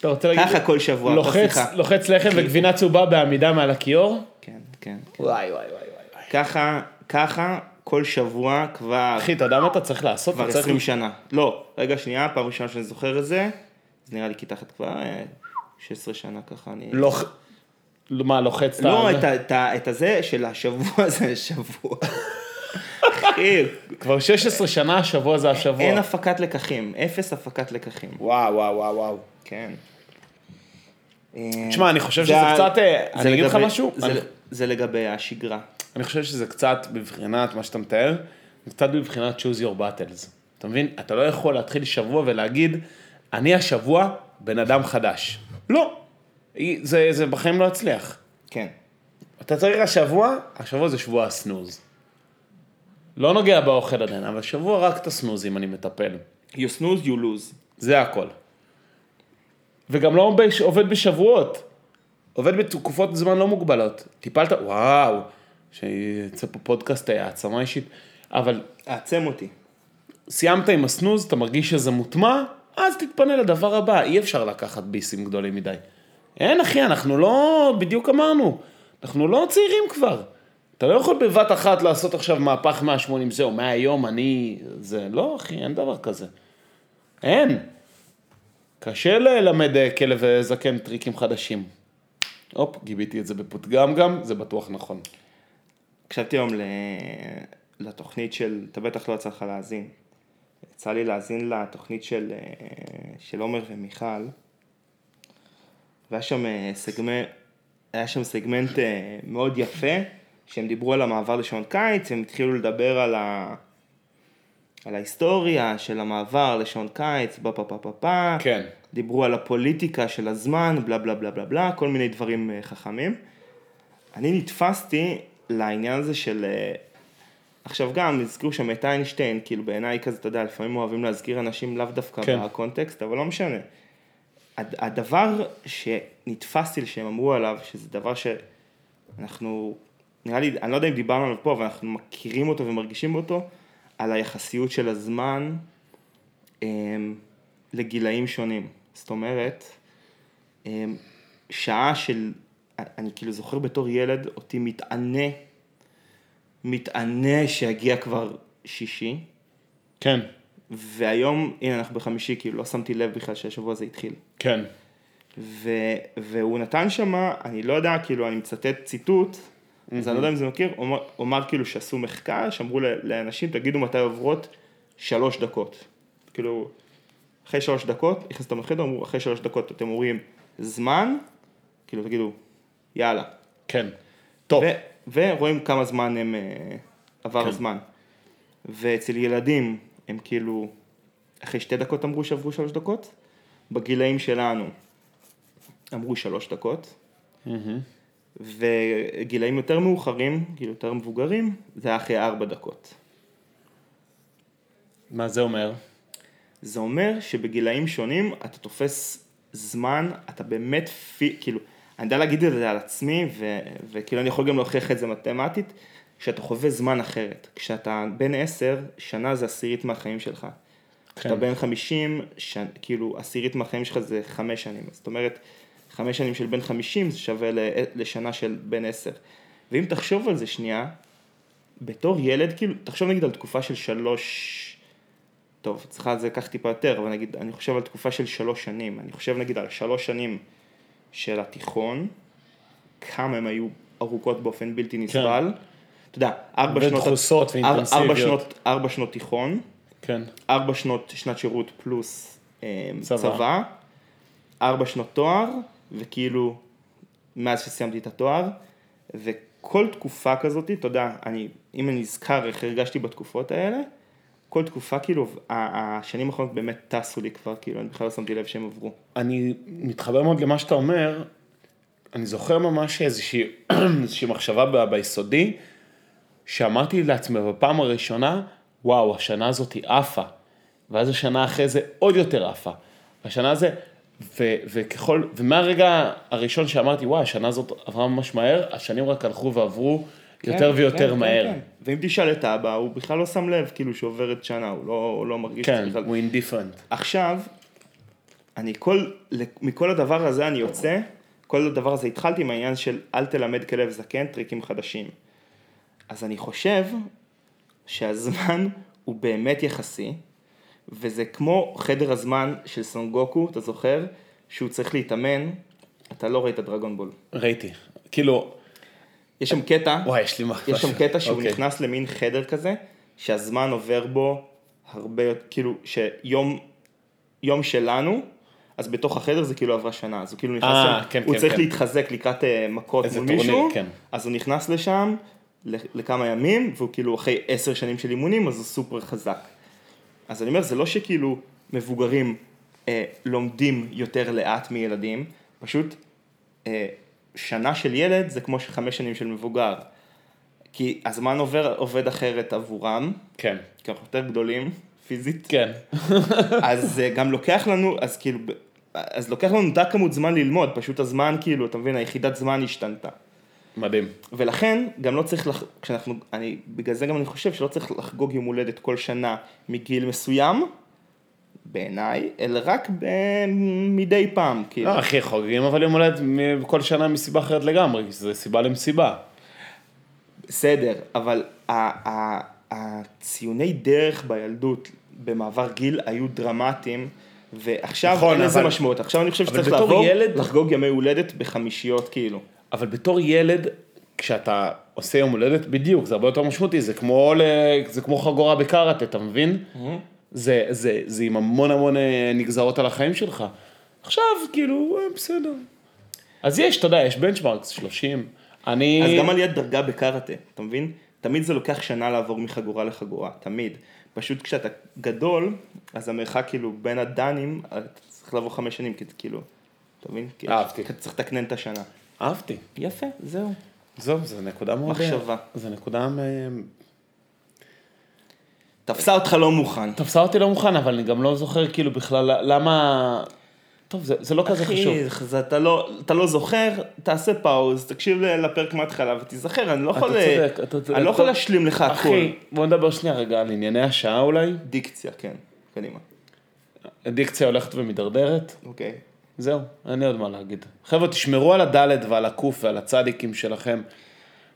Speaker 2: אתה רוצה להגיד...
Speaker 1: ככה כל שבוע, אתה
Speaker 2: לוחץ,
Speaker 1: שיחה. כאילו-
Speaker 2: לוחץ לחם וגבינה צהובה בעמידה מעל הכיור?
Speaker 1: כן, כן.
Speaker 2: וואי, וואי, וואי, וואי.
Speaker 1: ככה, ככה, כל שבוע כבר,
Speaker 2: אחי, אתה יודע מה אתה צריך לעשות?
Speaker 1: כבר
Speaker 2: אתה צריך...
Speaker 1: 20 שנה. לא, רגע, שנייה, פעם ראשונה שאני זוכר את זה, זה נראה לי כי תחת כבר אה, 16 שנה ככה אני...
Speaker 2: לוח- מה, לוחץ את
Speaker 1: לא,
Speaker 2: ה-
Speaker 1: את, ה- את, ה- את הזה של השבוע זה השבוע. אחי,
Speaker 2: כבר 16 שנה, השבוע זה השבוע.
Speaker 1: אין הפקת לקחים, אפס הפקת לקחים.
Speaker 2: וואו, וואו, וואו, וואו.
Speaker 1: כן.
Speaker 2: תשמע, אני חושב
Speaker 1: זה
Speaker 2: שזה
Speaker 1: ה-
Speaker 2: קצת, אה,
Speaker 1: זה
Speaker 2: אני אגיד לך
Speaker 1: לגבי-
Speaker 2: משהו?
Speaker 1: זה-
Speaker 2: אני-
Speaker 1: זה לגבי השגרה.
Speaker 2: אני חושב שזה קצת בבחינת מה שאתה מתאר, זה קצת בבחינת choose your battles. אתה מבין? אתה לא יכול להתחיל שבוע ולהגיד, אני השבוע בן אדם חדש. לא, היא- זה, זה בחיים לא יצליח.
Speaker 1: כן.
Speaker 2: אתה צריך השבוע, השבוע זה שבוע הסנוז. לא נוגע באוכל עדיין, אבל שבוע רק את הסנוזים אני מטפל.
Speaker 1: You snooze, you lose.
Speaker 2: זה הכל. וגם לא בש... עובד בשבועות. עובד בתקופות זמן לא מוגבלות. טיפלת, וואו, שיצא פה פודקאסט אה, העצמה אישית. אבל
Speaker 1: העצם אותי.
Speaker 2: סיימת עם הסנוז, אתה מרגיש שזה מוטמע, אז תתפנה לדבר הבא, אי אפשר לקחת ביסים גדולים מדי. אין אחי, אנחנו לא, בדיוק אמרנו, אנחנו לא צעירים כבר. אתה לא יכול בבת אחת לעשות עכשיו מהפך 180 זהו, מהיום אני... זה לא אחי, אין דבר כזה. אין. קשה ללמד אה, כלב אה, זקן טריקים חדשים. הופ, גיביתי את זה בפתגם גם, זה בטוח נכון.
Speaker 1: הקשבתי היום ל- לתוכנית של, אתה בטח לא יצא לך להאזין. יצא לי להאזין לתוכנית של, אה, של עומר ומיכל. והיה שם אה, סגמנט, היה שם סגמנט אה, מאוד יפה, שהם דיברו על המעבר לשעון קיץ, הם התחילו לדבר על, ה... על ההיסטוריה של המעבר לשעון קיץ, פה פה פה פה פה.
Speaker 2: כן.
Speaker 1: דיברו על הפוליטיקה של הזמן, בלה בלה בלה בלה בלה, כל מיני דברים אה, חכמים. אני נתפסתי לעניין הזה של... אה, עכשיו גם, הזכירו שם את איינשטיין, כאילו בעיניי כזה, אתה יודע, לפעמים אוהבים להזכיר אנשים לאו דווקא
Speaker 2: כן.
Speaker 1: כן. בקונטקסט, אבל לא משנה. הד- הדבר שנתפסתי שהם אמרו עליו, שזה דבר שאנחנו, נראה לי, אני לא יודע אם דיברנו עליו פה, אבל אנחנו מכירים אותו ומרגישים אותו, על היחסיות של הזמן אמ, לגילאים שונים. זאת אומרת, אמ, שעה של, אני כאילו זוכר בתור ילד אותי מתענה, מתענה שיגיע כבר שישי,
Speaker 2: כן,
Speaker 1: והיום, הנה אנחנו בחמישי, כאילו לא שמתי לב בכלל שהשבוע הזה התחיל.
Speaker 2: כן.
Speaker 1: ו, והוא נתן שמה, אני לא יודע, כאילו אני מצטט ציטוט, אז אני לא יודע אם זה מכיר, הוא אמר- הוא אמר כאילו שעשו מחקר, שאמרו ל- לאנשים, תגידו מתי עוברות שלוש דקות. כאילו, אחרי שלוש דקות, נכנסתם לחדר, אמרו, אחרי שלוש דקות אתם אומרים זמן, כאילו תגידו, יאללה.
Speaker 2: כן. טוב.
Speaker 1: ו- ורואים כמה זמן הם, אה, עבר
Speaker 2: כן.
Speaker 1: הזמן. ואצל ילדים, הם כאילו, אחרי שתי דקות אמרו שעברו שלוש דקות, בגילאים שלנו אמרו שלוש דקות,
Speaker 2: מהמם.
Speaker 1: וגילאים יותר מאוחרים, כאילו יותר מבוגרים, זה היה אחרי ארבע דקות.
Speaker 2: מה זה אומר?
Speaker 1: זה אומר שבגילאים שונים אתה תופס זמן, אתה באמת, פי, כאילו, אני יודע להגיד את זה על עצמי, ו, וכאילו אני יכול גם להוכיח את זה מתמטית, שאתה חווה זמן אחרת. כשאתה בן עשר, שנה זה עשירית מהחיים שלך. כשאתה
Speaker 2: כן.
Speaker 1: בן חמישים, ש... כאילו עשירית מהחיים שלך זה חמש שנים. זאת אומרת, חמש שנים של בן חמישים זה שווה ל... לשנה של בן עשר. ואם תחשוב על זה שנייה, בתור ילד, כאילו, תחשוב נגיד על תקופה של שלוש... טוב, צריכה זה לקח טיפה יותר, אבל נגיד, אני חושב על תקופה של שלוש שנים, אני חושב נגיד על שלוש שנים של התיכון, כמה הן היו ארוכות באופן בלתי נסבל. אתה יודע, ארבע שנות...
Speaker 2: ודחוסות
Speaker 1: אר- ארבע
Speaker 2: ואינטנסיביות.
Speaker 1: שנות, ארבע שנות תיכון,
Speaker 2: כן,
Speaker 1: ארבע שנות שנת שירות פלוס אה,
Speaker 2: צבא.
Speaker 1: צבא, ארבע שנות תואר, וכאילו, מאז שסיימתי את התואר, וכל תקופה כזאת, אתה יודע, אני, אם אני נזכר איך הרגשתי בתקופות האלה, כל תקופה, כאילו, ה- השנים האחרונות באמת טסו לי כבר, כאילו, אני בכלל לא שמתי לב שהם עברו.
Speaker 2: אני מתחבר מאוד למה שאתה אומר. אני זוכר ממש איזושהי, איזושהי מחשבה ב- ביסודי, שאמרתי לעצמי בפעם הראשונה, וואו, השנה הזאת היא עפה. ואז השנה אחרי זה עוד יותר עפה. השנה זה, ו, וככל, ומהרגע הראשון שאמרתי, וואי, השנה הזאת עברה ממש מהר, השנים רק הלכו ועברו יותר
Speaker 1: כן,
Speaker 2: ויותר
Speaker 1: כן,
Speaker 2: מהר.
Speaker 1: כן, כן. ואם תשאל את אבא, הוא בכלל לא שם לב, כאילו, שעוברת שנה, הוא לא, הוא לא מרגיש את זה
Speaker 2: כן,
Speaker 1: בכלל.
Speaker 2: הוא אינדיפרנט.
Speaker 1: עכשיו, אני כל, מכל הדבר הזה אני יוצא, כל הדבר הזה התחלתי עם העניין של אל תלמד כלב זקן טריקים חדשים. אז אני חושב שהזמן הוא באמת יחסי, וזה כמו חדר הזמן של סונגוקו, אתה זוכר? שהוא צריך להתאמן, אתה לא ראית דרגון בול.
Speaker 2: ראיתי. כאילו,
Speaker 1: יש שם קטע,
Speaker 2: וואי, יש לי מה...
Speaker 1: יש שם קטע שהוא
Speaker 2: אוקיי.
Speaker 1: נכנס למין חדר כזה, שהזמן עובר בו הרבה, יותר- כאילו, שיום יום שלנו, אז בתוך החדר זה כאילו עברה שנה, אז הוא כאילו נכנס
Speaker 2: אה,
Speaker 1: שם,
Speaker 2: כן,
Speaker 1: הוא
Speaker 2: כן,
Speaker 1: צריך
Speaker 2: כן.
Speaker 1: להתחזק לקראת אה, מכות
Speaker 2: איזה
Speaker 1: מול
Speaker 2: טורניר,
Speaker 1: מישהו,
Speaker 2: כן.
Speaker 1: אז הוא נכנס לשם ל- לכמה ימים, והוא כאילו אחרי עשר שנים של אימונים, אז הוא סופר חזק. אז אני אומר, זה לא שכאילו מבוגרים אה, לומדים יותר לאט מילדים, פשוט אה, שנה של ילד זה כמו חמש שנים של מבוגר. כי הזמן עובר, עובד אחרת עבורם,
Speaker 2: כן.
Speaker 1: כי אנחנו יותר גדולים, פיזית,
Speaker 2: כן.
Speaker 1: אז אה, גם לוקח לנו, אז כאילו, ב- אז לוקח לנו אותה כמות זמן ללמוד, פשוט הזמן, כאילו, אתה מבין, היחידת זמן השתנתה.
Speaker 2: מדהים.
Speaker 1: ולכן, גם לא צריך, לח... כשאנחנו, אני, בגלל זה גם אני חושב שלא צריך לחגוג יום הולדת כל שנה מגיל מסוים, בעיניי, אלא רק ב... מדי פעם, כאילו.
Speaker 2: לא, אחי, חוגגים אבל יום הולדת מ- כל שנה מסיבה אחרת לגמרי, כי זה סיבה למסיבה.
Speaker 1: בסדר, אבל ה- ה- הציוני דרך בילדות במעבר גיל היו דרמטיים, ועכשיו
Speaker 2: נכון,
Speaker 1: אין לזה
Speaker 2: אבל-
Speaker 1: משמעות. עכשיו אני חושב
Speaker 2: אבל
Speaker 1: שצריך
Speaker 2: בתור
Speaker 1: לעבור,
Speaker 2: ילד-
Speaker 1: לחגוג ימי הולדת בחמישיות, כאילו.
Speaker 2: אבל בתור ילד, כשאתה עושה יום הולדת, בדיוק, זה הרבה יותר משמעותי, זה כמו, ל... זה כמו חגורה בקראטה, אתה מבין?
Speaker 1: Mm-hmm.
Speaker 2: זה, זה, זה עם המון המון אה, נגזרות על החיים שלך. עכשיו, כאילו, אה, בסדר. אז יש, אתה יודע, יש בנצ'מרקס, 30. אני...
Speaker 1: אז גם עליית דרגה בקארטה, אתה מבין? תמיד זה לוקח שנה לעבור מחגורה לחגורה, תמיד. פשוט כשאתה גדול, אז המרחק כאילו בין הדנים, אתה צריך לעבור חמש שנים, כי זה כאילו, אתה מבין? כי
Speaker 2: אהבתי.
Speaker 1: אתה צריך לתקנן את השנה.
Speaker 2: אהבתי.
Speaker 1: יפה, זהו.
Speaker 2: זהו, זו נקודה מאוד...
Speaker 1: מחשבה.
Speaker 2: זו נקודה... אה,
Speaker 1: תפסה אותך לא מוכן.
Speaker 2: תפסה אותי לא מוכן, אבל אני גם לא זוכר כאילו בכלל למה... טוב, זה, זה לא כזה חשוב.
Speaker 1: אחי, זה- אתה לא, אתה לא זוכר, תעשה פאוז, תקשיב ל- לפרק מההתחלה ותיזכר, אני לא
Speaker 2: אתה
Speaker 1: יכול...
Speaker 2: צודק, אתה צודק.
Speaker 1: אני לא יכול
Speaker 2: טוב.
Speaker 1: להשלים לך הכול.
Speaker 2: אחי, בוא נדבר שנייה רגע על ענייני השעה אולי.
Speaker 1: דיקציה, כן, קדימה.
Speaker 2: הדיקציה הולכת ומידרדרת.
Speaker 1: אוקיי.
Speaker 2: זהו, אין לי עוד מה להגיד. חבר'ה, תשמרו על הדלת ועל הקוף ועל הצדיקים שלכם.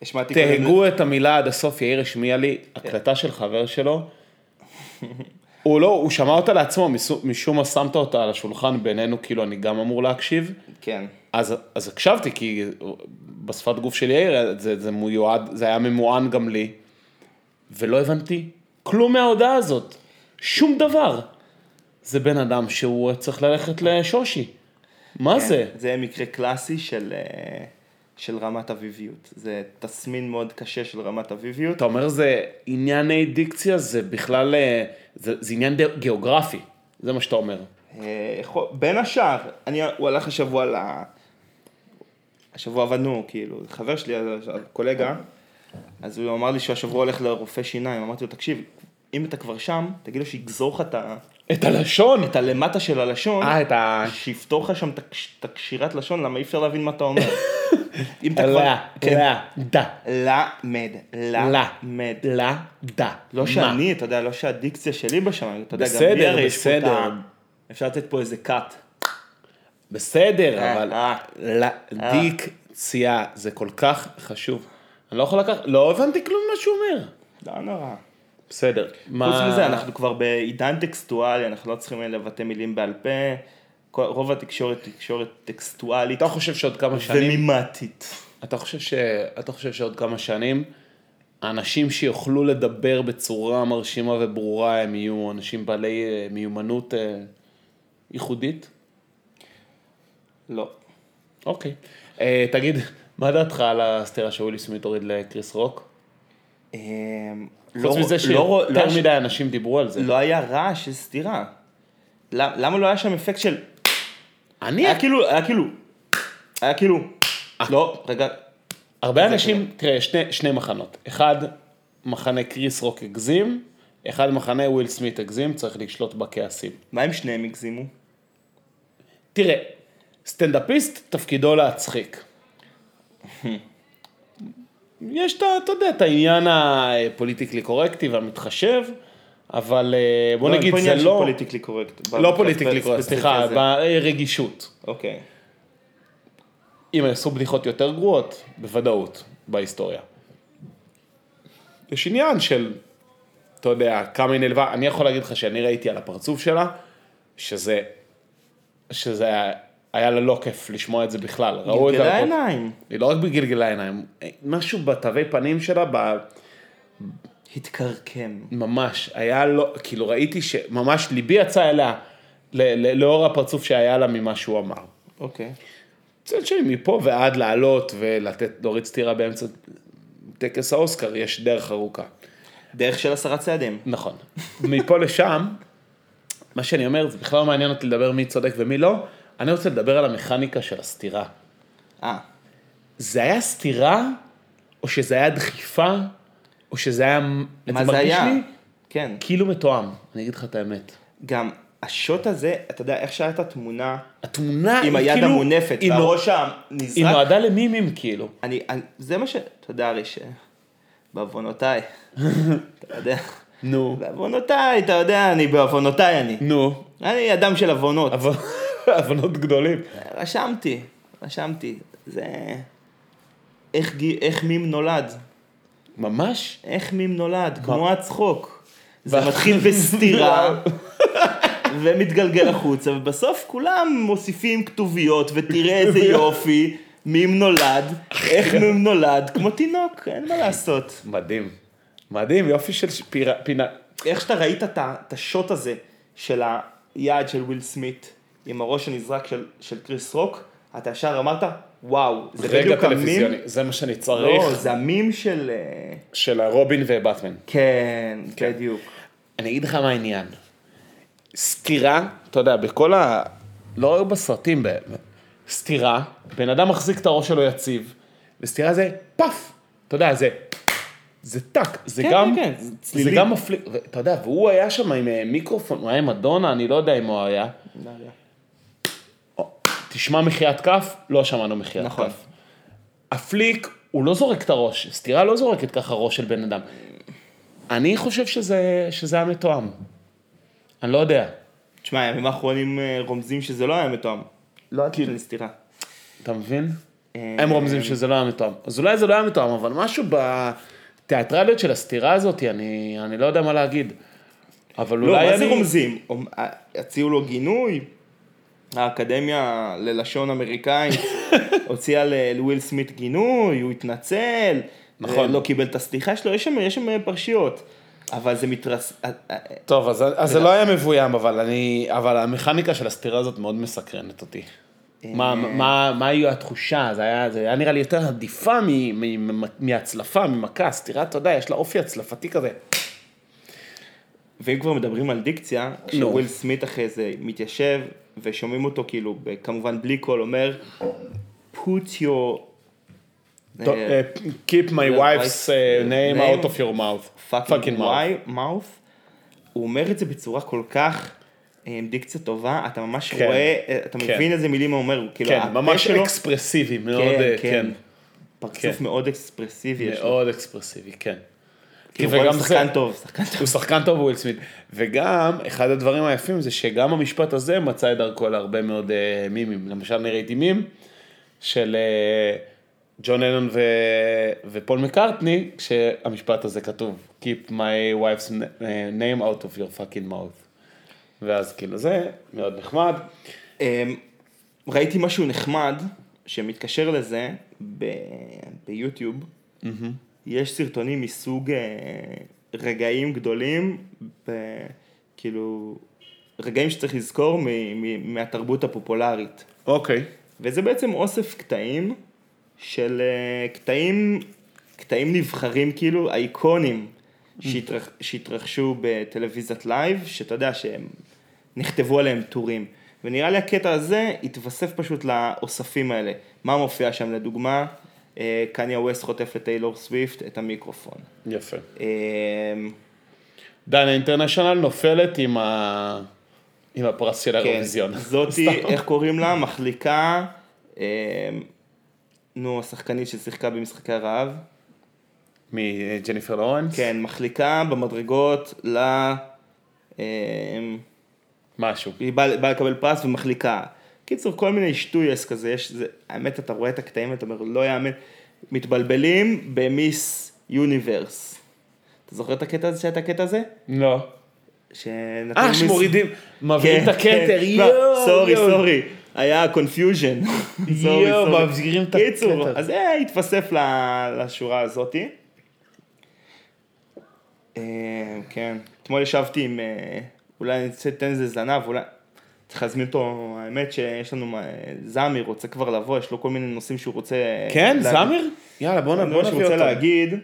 Speaker 1: השמעתי קודם-
Speaker 2: תהגו את המילה עד הסוף, יאיר השמיע לי הקלטה של חבר שלו. הוא לא, הוא שמע אותה לעצמו, מסו- משום מה שמת אותה על השולחן בינינו, כאילו אני גם אמור להקשיב.
Speaker 1: כן.
Speaker 2: אז, אז הקשבתי, כי בשפת גוף של יאיר זה, זה מיועד, זה היה ממוען גם לי, ולא הבנתי כלום מההודעה הזאת, שום דבר. זה בן אדם שהוא צריך ללכת לשושי. מה
Speaker 1: כן.
Speaker 2: זה?
Speaker 1: זה מקרה קלאסי של, אה, של רמת אביביות. זה תסמין מאוד קשה של רמת אביביות.
Speaker 2: אתה אומר זה ענייני דיקציה, זה בכלל, אה, זה, זה עניין ד- גיאוגרפי, זה מה שאתה אומר.
Speaker 1: אה, יכול- בין השאר, אני, הוא הלך השבוע ל... השבוע עבדנו, כאילו, חבר שלי, אז- אז קולגה, אז הוא אמר לי שהשבוע הולך לרופא שיניים, אמרתי לו, תקשיב, אם אתה כבר שם, תגיד לו שיגזור לך את ה-
Speaker 2: את הלשון.
Speaker 1: את הלמטה של הלשון,
Speaker 2: אה, את ה...
Speaker 1: שיפתור לך שם את הקש- את הקשירת לשון, למה אי אפשר להבין מה אתה אומר. אם אתה כבר...
Speaker 2: לא,
Speaker 1: כן.
Speaker 2: לא, דה.
Speaker 1: למד, למד.
Speaker 2: לא, דה.
Speaker 1: לא שאני, אתה יודע, לא שהדיקציה שלי בשמיים, אתה יודע, גם לי
Speaker 2: בסדר,
Speaker 1: הרי יש פה את ה...
Speaker 2: בסדר.
Speaker 1: אפשר לתת פה איזה קאט.
Speaker 2: בסדר,
Speaker 1: אה,
Speaker 2: אבל
Speaker 1: אה.
Speaker 2: ל- דיקציה זה כל כך חשוב. אני לא יכול לקחת, לא הבנתי כלום ממה שהוא אומר.
Speaker 1: לא נורא.
Speaker 2: בסדר.
Speaker 1: חוץ מזה, אנחנו כבר בעידן טקסטואלי, אנחנו לא צריכים לבטא מילים בעל פה. כל- רוב התקשורת היא תקשורת טקסטואלית
Speaker 2: אתה חושב שעוד כמה שנים,
Speaker 1: ומימטית.
Speaker 2: אתה חושב ש... אתה חושב שעוד כמה שנים, האנשים שיוכלו לדבר בצורה מרשימה וברורה, הם יהיו אנשים בעלי אה, מיומנות אה, ייחודית?
Speaker 1: לא.
Speaker 2: אוקיי. אה, תגיד, מה דעתך על הסטירה שווילי סמית הוריד לקריס רוק?
Speaker 1: אמ, לא
Speaker 2: חוץ
Speaker 1: רוא-
Speaker 2: מזה
Speaker 1: לא רוא- לא
Speaker 2: שיותר
Speaker 1: היה-
Speaker 2: מדי אנשים דיברו על זה.
Speaker 1: לא היה רעש של סתירה. למ- למה לא היה שם אפקט של...
Speaker 2: אני
Speaker 1: היה כאילו, היה כאילו... היה כאילו...
Speaker 2: אה.
Speaker 1: לא, רגע.
Speaker 2: הרבה אנשים, תראה, שני, שני מחנות. אחד, מחנה קריס רוק הגזים, אחד מחנה וויל סמית הגזים, צריך לשלוט בכעסים.
Speaker 1: מה אם שניהם הגזימו?
Speaker 2: תראה, סטנדאפיסט, תפקידו להצחיק. יש את, ה- אתה יודע, את העניין הפוליטיקלי קורקטי והמתחשב, אבל אה, בוא
Speaker 1: לא, אין
Speaker 2: נגיד,
Speaker 1: פה
Speaker 2: זה
Speaker 1: עניין של
Speaker 2: לא...
Speaker 1: פוליטיקלי קורקט.
Speaker 2: לא פוליטיקלי קורקט,
Speaker 1: בספציפי
Speaker 2: סליחה, אה,
Speaker 1: הזה.
Speaker 2: ברגישות.
Speaker 1: אוקיי.
Speaker 2: אם עשו בדיחות יותר גרועות, בוודאות, בהיסטוריה. יש עניין של, אתה יודע, כמה היא נלווה, אני יכול להגיד לך שאני ראיתי על הפרצוף שלה, שזה, שזה היה, היה לה לא כיף לשמוע את זה בכלל. ראו את זה על
Speaker 1: גלגלה
Speaker 2: הפרצוף.
Speaker 1: עיניים.
Speaker 2: היא לא רק בגלגלי העיניים, משהו בתווי פנים שלה, ב...
Speaker 1: התקרקם.
Speaker 2: ממש, היה לא, כאילו ראיתי שממש ליבי יצא אליה, ל- ל- לאור הפרצוף שהיה לה ממה שהוא אמר.
Speaker 1: אוקיי.
Speaker 2: מצד שני, מפה ועד לעלות ולתת, להוריד סטירה באמצע טקס האוסקר, יש דרך ארוכה.
Speaker 1: דרך של עשרה צעדים.
Speaker 2: נכון. מפה לשם, מה שאני אומר, זה בכלל לא מעניין אותי לדבר מי צודק ומי לא, אני רוצה לדבר על המכניקה של הסתירה.
Speaker 1: אה,
Speaker 2: זה היה סתירה, או שזה היה דחיפה, או שזה היה...
Speaker 1: מה זה היה?
Speaker 2: לי
Speaker 1: כן.
Speaker 2: כאילו מתואם, אני אגיד לך את האמת.
Speaker 1: גם השוט הזה, אתה יודע, איך שהיה את התמונה
Speaker 2: התמונה היא
Speaker 1: עם היד
Speaker 2: כאילו...
Speaker 1: המונפת,
Speaker 2: היא נוע-
Speaker 1: והראש
Speaker 2: היא
Speaker 1: הנזרק,
Speaker 2: נועדה למימים כאילו.
Speaker 1: אני, אני- זה מה ש... אתה יודע, הרי ש... בעוונותיי, אתה יודע,
Speaker 2: נו.
Speaker 1: בעוונותיי, אתה יודע, אני בעוונותיי אני.
Speaker 2: נו.
Speaker 1: אני אדם של עוונות.
Speaker 2: אבל- הבנות גדולים.
Speaker 1: רשמתי, רשמתי. זה... איך, גי- איך מים נולד?
Speaker 2: ממש?
Speaker 1: איך מים נולד?
Speaker 2: ב-
Speaker 1: כמו הצחוק. זה
Speaker 2: ב-
Speaker 1: מתחיל בסתירה, ומתגלגל החוצה, ובסוף כולם מוסיפים כתוביות, ותראה איזה יופי, מים נולד, איך מים נולד, כמו תינוק, אין מה לעשות.
Speaker 2: מדהים. מדהים, יופי של ש- פירה- פינה.
Speaker 1: איך שאתה ראית את ה- את השוט הזה של היעד של וויל סמית, עם הראש הנזרק של, של קריס רוק, אתה ישר אמרת, וואו, זה
Speaker 2: רגע
Speaker 1: בדיוק המים,
Speaker 2: טלוויזיוני, זה מה שאני
Speaker 1: לא,
Speaker 2: צריך.
Speaker 1: זה המים של... אה,
Speaker 2: של הרובין ובטמן.
Speaker 1: כן, בדיוק.
Speaker 2: אני אגיד לך מה העניין. סתירה, אתה יודע, בכל ה... לא בסרטים, ב... סתירה, בן אדם מחזיק את הראש שלו יציב, וסתירה זה פאף, אתה יודע, זה... זה טאק, זה
Speaker 1: כן,
Speaker 2: גם,
Speaker 1: כן, כן, זה
Speaker 2: זה
Speaker 1: צלילים.
Speaker 2: גם מפליג, אתה יודע, והוא היה שם עם אה, מיקרופון, הוא היה עם אדונה, אני לא יודע אם הוא היה,
Speaker 1: לא יודע.
Speaker 2: תשמע מחיית כף, לא שמענו מחיית
Speaker 1: נכון.
Speaker 2: כף. הפליק, הוא לא זורק את הראש, סטירה לא זורקת ככה ראש של בן אדם. אני חושב שזה, שזה היה מתואם. אני לא יודע.
Speaker 1: תשמע, הימים האחרונים אה, רומזים שזה לא היה מתואם. לא עד כאילו סתירה.
Speaker 2: אתה מבין?
Speaker 1: אה,
Speaker 2: הם רומזים שזה לא היה מתואם. אז אולי זה לא היה מתואם, אבל משהו בתיאטרליות של הסתירה הזאת, אני, אני לא יודע מה להגיד. אבל
Speaker 1: לא,
Speaker 2: אולי
Speaker 1: מה זה
Speaker 2: אני...
Speaker 1: רומזים? אומ- אה, הציעו לו גינוי? האקדמיה ללשון אמריקאית הוציאה ל- לוויל סמית גינוי, הוא התנצל,
Speaker 2: נכון.
Speaker 1: לא קיבל את הסליחה שלו, יש שם, יש שם אה, פרשיות. אבל זה מתרס... אה, אה, אה,
Speaker 2: טוב, אז, אז זה לא היה מבוים, אבל, אני, אבל המכניקה של הסתירה הזאת מאוד מסקרנת אותי.
Speaker 1: אה.
Speaker 2: מה, מה, מה היו התחושה? זה היה, זה היה נראה לי יותר עדיפה מ, מ, מ, מהצלפה, ממכה, סתירה, אתה יודע, יש לה אופי הצלפתי כזה.
Speaker 1: ואם כבר מדברים על דיקציה,
Speaker 2: לא.
Speaker 1: כשוויל סמית אחרי זה מתיישב, ושומעים אותו כאילו, ב- כמובן בלי קול, אומר, put your
Speaker 2: טוב, אה, Keep my wife's אה, name
Speaker 1: name
Speaker 2: out of your mouth.
Speaker 1: fucking
Speaker 2: Fucking mouth.
Speaker 1: why mouth, הוא אומר את זה בצורה כל כך אה, עם דיקציה טובה, אתה ממש
Speaker 2: כן.
Speaker 1: רואה, אה, אתה
Speaker 2: כן.
Speaker 1: מבין איזה מילים הוא אומר, כאילו,
Speaker 2: כן,
Speaker 1: הפה
Speaker 2: ממש
Speaker 1: שלו-
Speaker 2: אקספרסיבי, מאוד,
Speaker 1: כן,
Speaker 2: אה,
Speaker 1: כן,
Speaker 2: כן.
Speaker 1: פרצוף
Speaker 2: כן.
Speaker 1: מאוד אקספרסיבי יש לו,
Speaker 2: מאוד אקספרסיבי, כן.
Speaker 1: כאילו,
Speaker 2: וגם
Speaker 1: הוא שחקן
Speaker 2: זה-
Speaker 1: טוב, שחקן טוב,
Speaker 2: הוא שחקן טוב וויל סמית. וגם, אחד הדברים היפים זה שגם המשפט הזה מצא את דרכו להרבה מאוד אה, מימים. למשל, אני ראיתי מים של אה, ג'ון לנון ו... ופול מקארטני, כשהמשפט הזה כתוב, Keep my wife's אה, name out of your fucking mouth. ואז כאילו זה, מאוד נחמד.
Speaker 1: אמ, ראיתי משהו נחמד שמתקשר לזה ב- ביוטיוב. יש סרטונים מסוג אה, רגעים גדולים, ב- כאילו, רגעים שצריך לזכור מ- מ- מהתרבות הפופולרית.
Speaker 2: אוקיי.
Speaker 1: וזה בעצם אוסף קטעים של אה, קטעים, קטעים נבחרים כאילו, האיקונים שהתרח, שהתרחשו בטלוויזיית לייב, שאתה יודע שהם נכתבו עליהם טורים. ונראה לי הקטע הזה התווסף פשוט לאוספים האלה. מה מופיע שם לדוגמה? אה, קניה ווסט חוטף לטיילור סוויפט את המיקרופון.
Speaker 2: יפה.
Speaker 1: אה,
Speaker 2: דן האינטרנשיונל נופלת עם, ה... עם הפרס של האירוויזיון.
Speaker 1: כן, זאתי, איך קוראים לה? מחליקה, אה, נו, השחקנית ששיחקה במשחקי הרעב.
Speaker 2: מג'ניפר אה, לורנס?
Speaker 1: כן, מחליקה במדרגות ל... אמ,
Speaker 2: משהו.
Speaker 1: היא באה באה לקבל פרס ומחליקה. קיצור, כל מיני שטויס כזה, יש, זה, האמת, אתה רואה את הקטעים, ואתה אומר, לא יאמן, מתבלבלים במיס יוניברס. אתה זוכר את הקטע הזה, שהיה את הקטע הזה?
Speaker 2: לא.
Speaker 1: שנתנו
Speaker 2: אה,
Speaker 1: מיס-
Speaker 2: שמורידים, מביאים את
Speaker 1: כן,
Speaker 2: הכתר,
Speaker 1: כן.
Speaker 2: יואו,
Speaker 1: לא, סורי,
Speaker 2: יואו.
Speaker 1: סורי, היה קונפיוז'ן.
Speaker 2: יואו, מבזירים את
Speaker 1: קיצור,
Speaker 2: הכתר.
Speaker 1: אז זה התווסף ל- לשורה הזאתי. אה, כן, אתמול ישבתי עם, אה, אולי אני אצא- אתן איזה זנב, אולי... צריך להזמין אותו, האמת שיש לנו, אה, זמיר רוצה כבר לבוא, יש לו כל מיני נושאים שהוא רוצה... אה,
Speaker 2: כן,
Speaker 1: להגיד.
Speaker 2: זמיר? יאללה, בוא נ-
Speaker 1: אני לא
Speaker 2: בוא
Speaker 1: ממש
Speaker 2: לא נביא
Speaker 1: רוצה
Speaker 2: אותו.
Speaker 1: להגיד,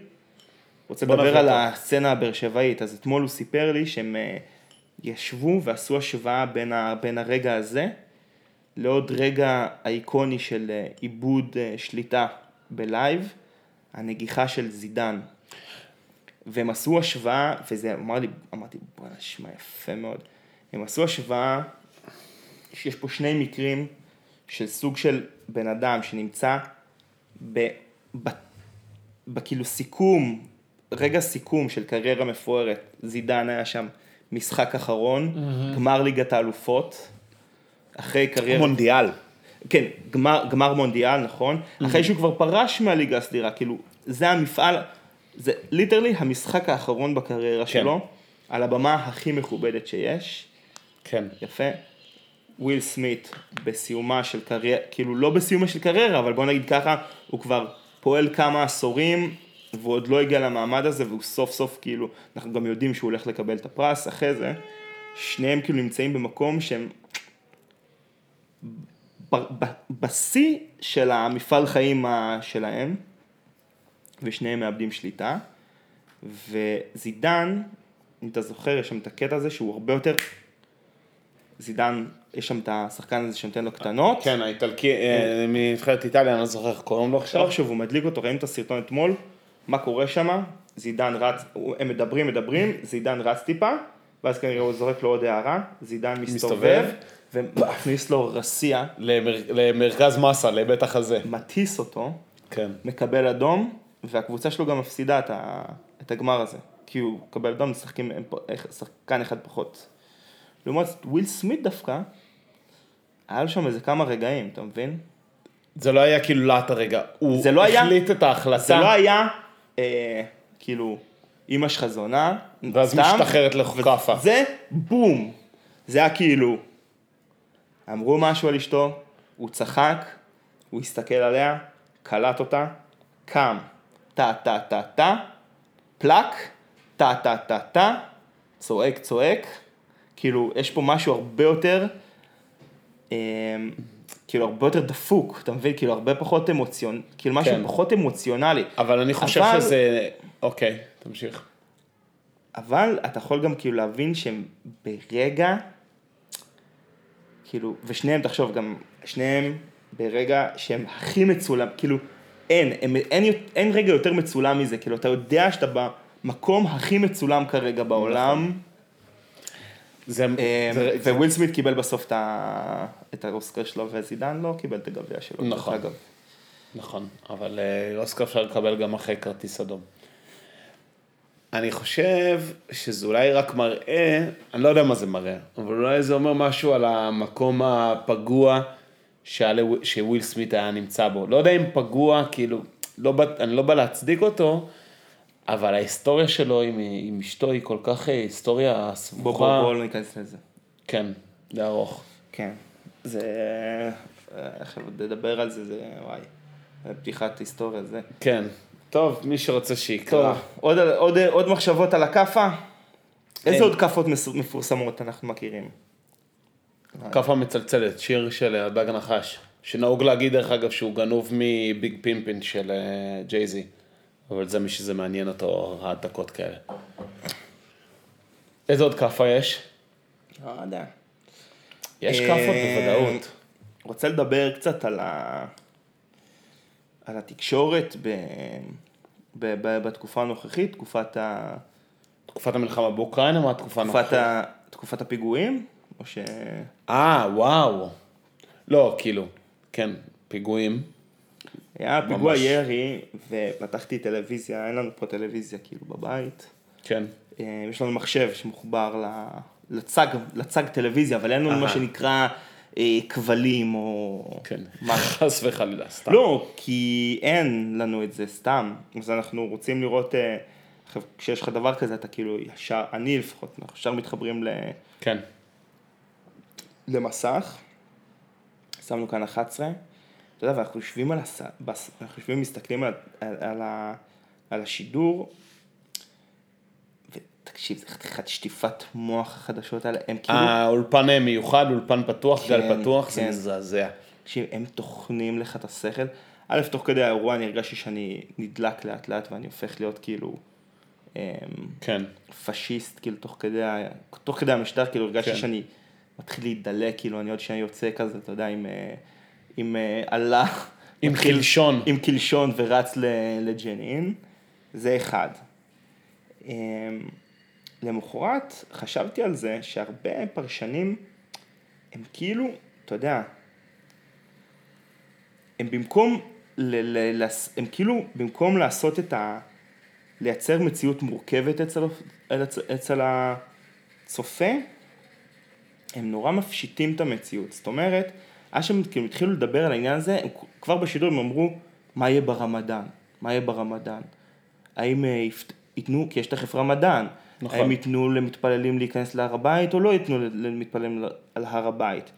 Speaker 1: רוצה
Speaker 2: בוא
Speaker 1: לדבר
Speaker 2: נביא
Speaker 1: על
Speaker 2: אותו.
Speaker 1: הסצנה הבאר שבעית, אז אתמול הוא סיפר לי שהם אה, ישבו ועשו השוואה בין, ה, בין הרגע הזה לעוד רגע אייקוני של אה, עיבוד אה, שליטה בלייב, הנגיחה של זידן. והם עשו השוואה, וזה אמר לי, אמרתי, בואנה, שמע יפה מאוד. הם עשו השוואה שיש פה שני מקרים של סוג של בן אדם שנמצא ב, ב, בכאילו סיכום, רגע סיכום של קריירה מפוארת, זידן היה שם משחק אחרון, גמר ליגת האלופות, אחרי קריירה...
Speaker 2: מונדיאל.
Speaker 1: כן, גמר, גמר מונדיאל, נכון? אחרי שהוא כבר פרש מהליגה הסדירה, כאילו, זה המפעל, זה ליטרלי המשחק האחרון בקריירה כן. שלו, על הבמה הכי מכובדת שיש.
Speaker 2: כן.
Speaker 1: יפה. וויל סמית בסיומה של קריירה, כאילו לא בסיומה של קריירה, אבל בוא נגיד ככה, הוא כבר פועל כמה עשורים, והוא עוד לא הגיע למעמד הזה, והוא סוף סוף כאילו, אנחנו גם יודעים שהוא הולך לקבל את הפרס אחרי זה, שניהם כאילו נמצאים במקום שהם ב- ב- בשיא של המפעל חיים ה- שלהם, ושניהם מאבדים שליטה, וזידן, אם אתה זוכר, יש שם את הקטע הזה שהוא הרבה יותר... זידן, יש שם את השחקן הזה שנותן לו קטנות.
Speaker 2: כן, האיטלקי, אה, מנבחרת איטליה, אני לא זוכר איך קוראים לו עכשיו.
Speaker 1: עכשיו עכשיו הוא מדליק אותו, ראינו את הסרטון אתמול, מה קורה שם, זידן רץ, הוא- הם מדברים מדברים, זידן רץ טיפה, ואז כנראה הוא זורק לו עוד הערה, זידן מסתובב,
Speaker 2: מסתובב.
Speaker 1: ומכניס לו רסיע,
Speaker 2: למר- למרכז מסה, לבית החזה.
Speaker 1: מטיס אותו,
Speaker 2: כן.
Speaker 1: מקבל אדום, והקבוצה שלו גם מפסידה את, ה, את הגמר הזה, כי הוא מקבל אדום, משחקים הם פ- איך- שחקן אחד פחות. לעומת זאת, וויל סמית דווקא, היה לו שם איזה כמה רגעים, אתה מבין?
Speaker 2: זה לא היה כאילו להט הרגע. הוא
Speaker 1: זה לא היה-
Speaker 2: החליט את ההחלטה.
Speaker 1: זה לא היה, אה, כאילו, אימא שלך זונה,
Speaker 2: ואז
Speaker 1: סתם.
Speaker 2: משתחררת לכאפה.
Speaker 1: זה בום. זה היה כאילו, אמרו משהו על אשתו, הוא צחק, הוא הסתכל עליה, קלט אותה, קם, טה טה טה טה, פלק, טה טה טה טה, צועק צועק, כאילו יש פה משהו הרבה יותר, אמ, כאילו הרבה יותר דפוק, אתה מבין? כאילו הרבה פחות אמוציונ... כאילו משהו
Speaker 2: כן.
Speaker 1: פחות אמוציונלי.
Speaker 2: אבל אני חושב
Speaker 1: אבל-
Speaker 2: שזה... אוקיי, תמשיך.
Speaker 1: אבל אתה יכול גם כאילו להבין שהם ברגע, כאילו, ושניהם, תחשוב, גם שניהם ברגע שהם הכי מצולם, כאילו, אין, הם, אין, אין, אין רגע יותר מצולם מזה, כאילו, אתה יודע שאתה במקום הכי מצולם כרגע בעולם,
Speaker 2: זה...
Speaker 1: אה,
Speaker 2: נכון. זה- זה-
Speaker 1: וויל סמית קיבל בסוף את ה- את האוסקר שלו, וזידן לא קיבל את הגביע שלו. דרך
Speaker 2: נכון.
Speaker 1: אגב.
Speaker 2: נכון, אבל אה, אוסקר אפשר לקבל גם אחרי כרטיס אדום. אני חושב שזה אולי רק מראה, אני לא יודע מה זה מראה, אבל אולי זה אומר משהו על המקום הפגוע שעלה, שוויל סמית היה נמצא בו. לא יודע אם פגוע, כאילו, לא, בא- אני לא בא להצדיק אותו, אבל ההיסטוריה שלו עם, עם אשתו היא כל כך אה, היסטוריה
Speaker 1: בוא, בוא,
Speaker 2: סבוכה.
Speaker 1: בוא, לא ניכנס לזה.
Speaker 2: כן, זה ארוך.
Speaker 1: כן. זה... אה, עכשיו לדבר על זה, זה... וואי. פתיחת היסטוריה זה.
Speaker 2: כן. טוב, מי שרוצה שיקרא.
Speaker 1: טוב, עוד, עוד, עוד מחשבות על הכאפה? איזה
Speaker 2: אין.
Speaker 1: עוד כאפות מס- מפורסמות אנחנו מכירים?
Speaker 2: כאפה מצלצלת, שיר של הדג הנחש, שנהוג להגיד דרך אגב שהוא גנוב מביג פימפין של אה, ג'ייזי, אבל זה מי שזה מעניין אותו, העתקות כאלה. איזה עוד כאפה יש?
Speaker 1: לא יודע.
Speaker 2: יש
Speaker 1: אה,
Speaker 2: כאפות בוודאות.
Speaker 1: רוצה לדבר קצת על, ה... על התקשורת ב... ב... ב... בתקופה הנוכחית, תקופת, ה...
Speaker 2: תקופת המלחמה באוקראינה, מה התקופה
Speaker 1: תקופת,
Speaker 2: הנוכחית?
Speaker 1: ה... תקופת הפיגועים? או ש...
Speaker 2: אה, וואו. לא, כאילו, כן, פיגועים.
Speaker 1: היה פיגוע
Speaker 2: ממש.
Speaker 1: ירי ופתחתי טלוויזיה, אין לנו פה טלוויזיה כאילו בבית.
Speaker 2: כן.
Speaker 1: אה, יש לנו מחשב שמחובר ל- לצג, לצג טלוויזיה, אבל אין לנו
Speaker 2: אהה.
Speaker 1: מה שנקרא אה, כבלים או...
Speaker 2: כן.
Speaker 1: מה-
Speaker 2: חס וחלילה, סתם.
Speaker 1: לא, כי אין לנו את זה סתם. אז אנחנו רוצים לראות, אה, עכשיו, כשיש לך דבר כזה, אתה כאילו ישר, אני לפחות, אנחנו ישר מתחברים ל,
Speaker 2: כן.
Speaker 1: למסך. שמנו כאן 11. אתה יודע, ואנחנו יושבים על הס... בס... אנחנו יושבים ומסתכלים על, על, על, ה... על השידור. ותקשיב, זה חתיכת שטיפת מוח החדשות האלה. הם כאילו...
Speaker 2: האולפן אה, מיוחד, אולפן פתוח, גל
Speaker 1: כן,
Speaker 2: פתוח, זה
Speaker 1: כן.
Speaker 2: מזעזע.
Speaker 1: תקשיב, הם טוחנים לך את השכל. א', תוך כדי האירוע אני הרגשתי שאני נדלק לאט לאט ואני הופך להיות כאילו, אה, אמ,
Speaker 2: כן.
Speaker 1: פשיסט, כאילו, תוך כדי, ה- תוך כדי המשטר, כאילו, הרגשתי
Speaker 2: כן.
Speaker 1: כן. שאני מתחיל להידלק, כאילו, אני עוד שנייה יוצא כזה, אתה יודע, עם, אה, עם אה, הלך.
Speaker 2: עם
Speaker 1: מתחיל-
Speaker 2: קלשון.
Speaker 1: עם קלשון ורץ ל- לג'נין, זה אחד. אמ, למחרת חשבתי על זה שהרבה פרשנים הם כאילו, אתה יודע, הם במקום, ל- ל- לעס- הם כאילו, במקום לעשות את ה... לייצר מציאות מורכבת אצל, אצל, אצל הצופה, הם נורא מפשיטים את המציאות. זאת אומרת, אז שהם כאילו התחילו לדבר על העניין הזה, הם כבר בשידור הם אמרו, מה יהיה ברמדאן? מה יהיה ברמדאן? האם אה, יפת- ייתנו, כי יש תכף רמדאן,
Speaker 2: נכון.
Speaker 1: נכון. האם ייתנו למתפללים להיכנס להר הבית או לא ייתנו למתפללים ל- על הר הבית?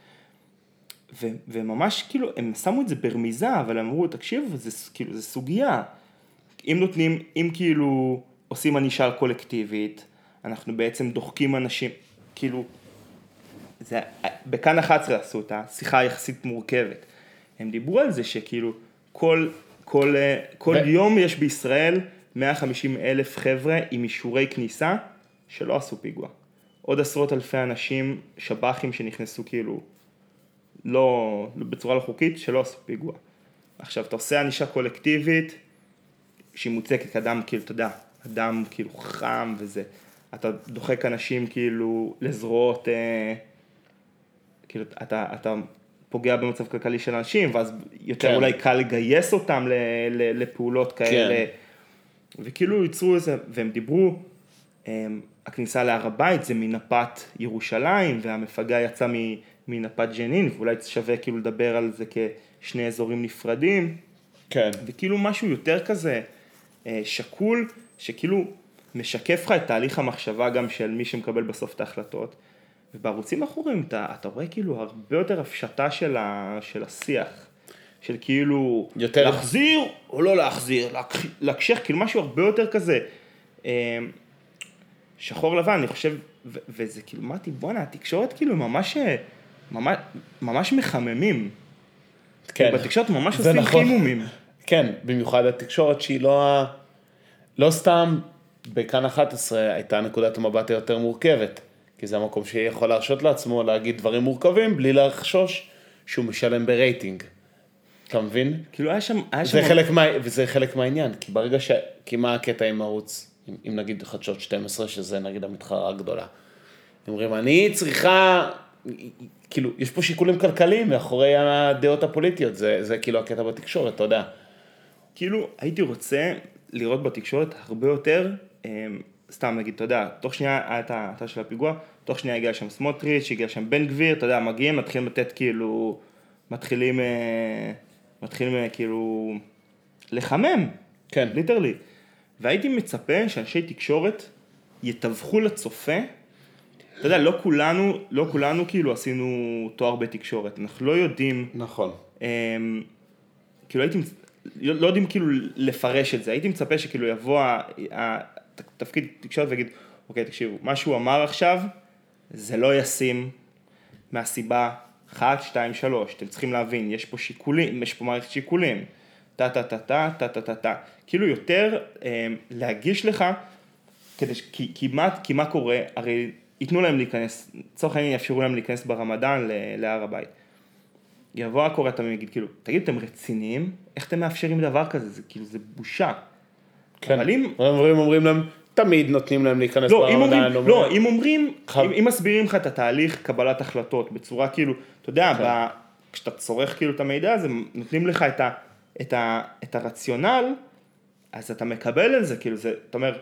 Speaker 1: ו- וממש כאילו, הם שמו את זה ברמיזה, אבל הם אמרו, תקשיב, זה ס- כאילו, זה סוגיה. אם נותנים, אם כאילו עושים ענישה קולקטיבית, אנחנו בעצם דוחקים אנשים, כאילו, זה, בכאן 11 עשו את השיחה היחסית מורכבת. הם דיברו על זה שכאילו, כל, כל, אה, כל
Speaker 2: ו-
Speaker 1: ו... יום יש בישראל 150 אלף חבר'ה עם אישורי כניסה שלא עשו פיגוע. עוד עשרות אלפי אנשים, שב"חים שנכנסו כאילו, לא, בצורה לא חוקית, שלא עשו פיגוע. עכשיו, אתה עושה ענישה קולקטיבית, שהיא מוצקת כאדם, כאילו, אתה יודע, אדם כאילו חם וזה. אתה דוחק אנשים כאילו לזרועות, אה, כאילו, אתה, אתה פוגע במצב כלכלי של אנשים, ואז יותר
Speaker 2: כן.
Speaker 1: כן. אולי קל לגייס אותם ל, ל, לפעולות כאלה.
Speaker 2: כן.
Speaker 1: כן. וכאילו ייצרו איזה, והם דיברו, הם, הכניסה להר הבית זה מנפת ירושלים, והמפגע יצא מ- מנפת ג'נין, ואולי שווה כאילו לדבר על זה כשני אזורים נפרדים.
Speaker 2: כן.
Speaker 1: וכאילו משהו יותר כזה אה, שקול, שכאילו משקף לך את תהליך המחשבה גם של מי שמקבל בסוף את ההחלטות. ובערוצים האחוריים אתה, אתה רואה כאילו הרבה יותר הפשטה של, ה, של השיח. של כאילו,
Speaker 2: יותר-
Speaker 1: להחזיר או לא להחזיר, להקש- להקשיח, כאילו משהו הרבה יותר כזה. אה, שחור לבן, אני חושב, ו- וזה כאילו, אמרתי, בואנה, התקשורת כאילו ממש, אה, ממש, ממש מחממים.
Speaker 2: כן.
Speaker 1: בתקשורת ממש
Speaker 2: זה
Speaker 1: עושים
Speaker 2: נכון.
Speaker 1: חימומים.
Speaker 2: כן, במיוחד התקשורת שהיא לא ה... לא סתם בכאן 11 הייתה נקודת המבט היותר מורכבת, כי זה המקום שיכול להרשות לעצמו להגיד דברים מורכבים בלי לחשוש שהוא משלם ברייטינג. אתה מבין?
Speaker 1: כאילו היה שם, היה שם...
Speaker 2: זה חלק, מה, וזה חלק מהעניין, כי ברגע ש... כי מה הקטע עם ערוץ, אם, אם נגיד חדשות 12, שזה נגיד המתחרה הגדולה. הם אומרים, אני צריכה, כאילו, יש פה שיקולים כלכליים מאחורי הדעות הפוליטיות, זה, זה כאילו הקטע בתקשורת, אתה יודע.
Speaker 1: כאילו, הייתי רוצה לראות בתקשורת הרבה יותר, אמ, סתם נגיד, אתה יודע, תוך שנייה היה את ההצעה של הפיגוע, תוך שנייה הגיע שם סמוטריץ', הגיע שם בן גביר, אתה יודע, מגיעים, מתחילים לתת כאילו, מתחילים, אה, מתחילים אה, כאילו, לחמם,
Speaker 2: כן.
Speaker 1: ליטרלי. והייתי מצפה שאנשי תקשורת יתווכו לצופה, אתה יודע, לא כולנו, לא כולנו כאילו עשינו תואר בתקשורת, אנחנו לא יודעים
Speaker 2: נכון.
Speaker 1: אמ, כאילו הייתי, מצ- לא לא יודעים כאילו לפרש את זה, הייתי מצפה שכאילו יבוא ה- ה- ת- תפקיד תקשורת ויגיד, אוקיי תקשיבו, מה שהוא אמר עכשיו זה לא ישים מהסיבה 1, 2, 3, אתם צריכים להבין, יש פה שיקולים, יש פה מערכת שיקולים, טה טה טה טה טה טה טה טה, כאילו יותר אמ, להגיש לך, כדי, ש- כי, כי, מה, כי מה קורה, הרי ייתנו להם להיכנס, לצורך העניין יאפשרו להם להיכנס ברמדאן ל- להר הבית. יבוא הקורא תמיד ויגיד, כאילו, תגיד, אתם רציניים? איך אתם מאפשרים דבר כזה? זה כאילו, זה בושה.
Speaker 2: כן.
Speaker 1: אבל אם-
Speaker 2: אומרים, אומרים להם, תמיד נותנים להם להיכנס
Speaker 1: לא, אם
Speaker 2: ברמדאן,
Speaker 1: אומרים, לא, אם אומרים,
Speaker 2: חב-
Speaker 1: אם- אם מסבירים לך את התהליך קבלת החלטות בצורה כאילו, אתה יודע, ב- כשאתה צורך כאילו את המידע הזה, נותנים לך את ה- את ה- את הרציונל, אז אתה מקבל את זה, כאילו, זה, אתה אומר,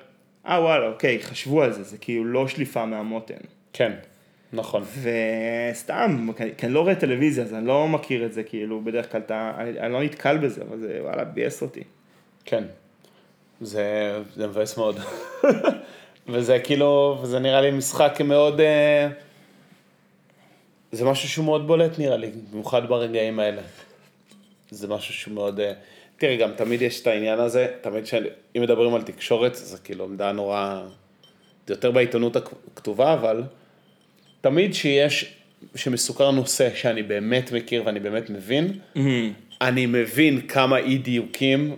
Speaker 1: אה וואלה, אוקיי, חשבו על זה, זה כאילו לא שליפה מהמותן.
Speaker 2: כן, נכון.
Speaker 1: וסתם, כי אני לא רואה טלוויזיה, אז אני לא מכיר את זה, כאילו, בדרך כלל אתה, אני, אני לא נתקל בזה, אבל זה, וואלה, ביאס אותי.
Speaker 2: כן. זה, זה מבאס מאוד. וזה כאילו, וזה נראה לי משחק מאוד... אה, זה משהו שהוא מאוד בולט נראה לי, במיוחד ברגעים האלה. זה משהו שהוא מאוד... אה, תראה, גם תמיד יש את העניין הזה, תמיד שאם מדברים על תקשורת, זה כאילו עמדה נורא... זה יותר בעיתונות הכתובה, אבל תמיד שיש שמסוכר נושא שאני באמת מכיר ואני
Speaker 1: Mm-hmm.
Speaker 2: באמת מבין, אני מבין כמה אי דיוקים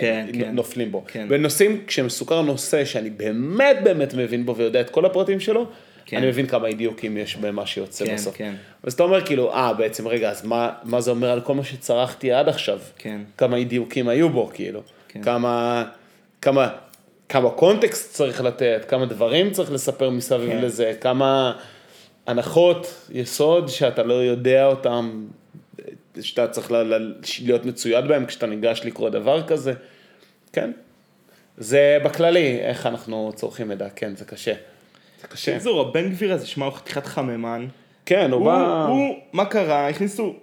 Speaker 1: כן, כן.
Speaker 2: ונופלים בו.
Speaker 1: כן.
Speaker 2: בנושאים, כשמסוכר נושא שאני באמת באמת מבין בו ויודע את כל הפרטים שלו,
Speaker 1: כן.
Speaker 2: אני מבין כמה אי דיוקים יש במה שיוצא
Speaker 1: כן,
Speaker 2: בסוף.
Speaker 1: כן.
Speaker 2: אז אתה אומר כאילו, אה, בעצם רגע, אז מה, מה זה אומר על כל מה שצרחתי עד עכשיו?
Speaker 1: כן.
Speaker 2: כמה אי דיוקים היו בו, כאילו.
Speaker 1: כן.
Speaker 2: כמה, כמה, כמה קונטקסט צריך לתת, כמה דברים צריך לספר מסביב
Speaker 1: כן.
Speaker 2: לזה, כמה הנחות יסוד שאתה לא יודע אותם, שאתה צריך ל- ל- להיות מצויד בהם כשאתה ניגש לקרוא דבר כזה. כן. זה בכללי, איך אנחנו צורכים מידע, כן, זה קשה. זה קשה.
Speaker 1: בקיצור, הבן גביר הזה, שמע, הוא חתיכת חממן.
Speaker 2: כן, הוא
Speaker 1: כן, הוא,
Speaker 2: בא...
Speaker 1: הוא, מה קרה? הכניסו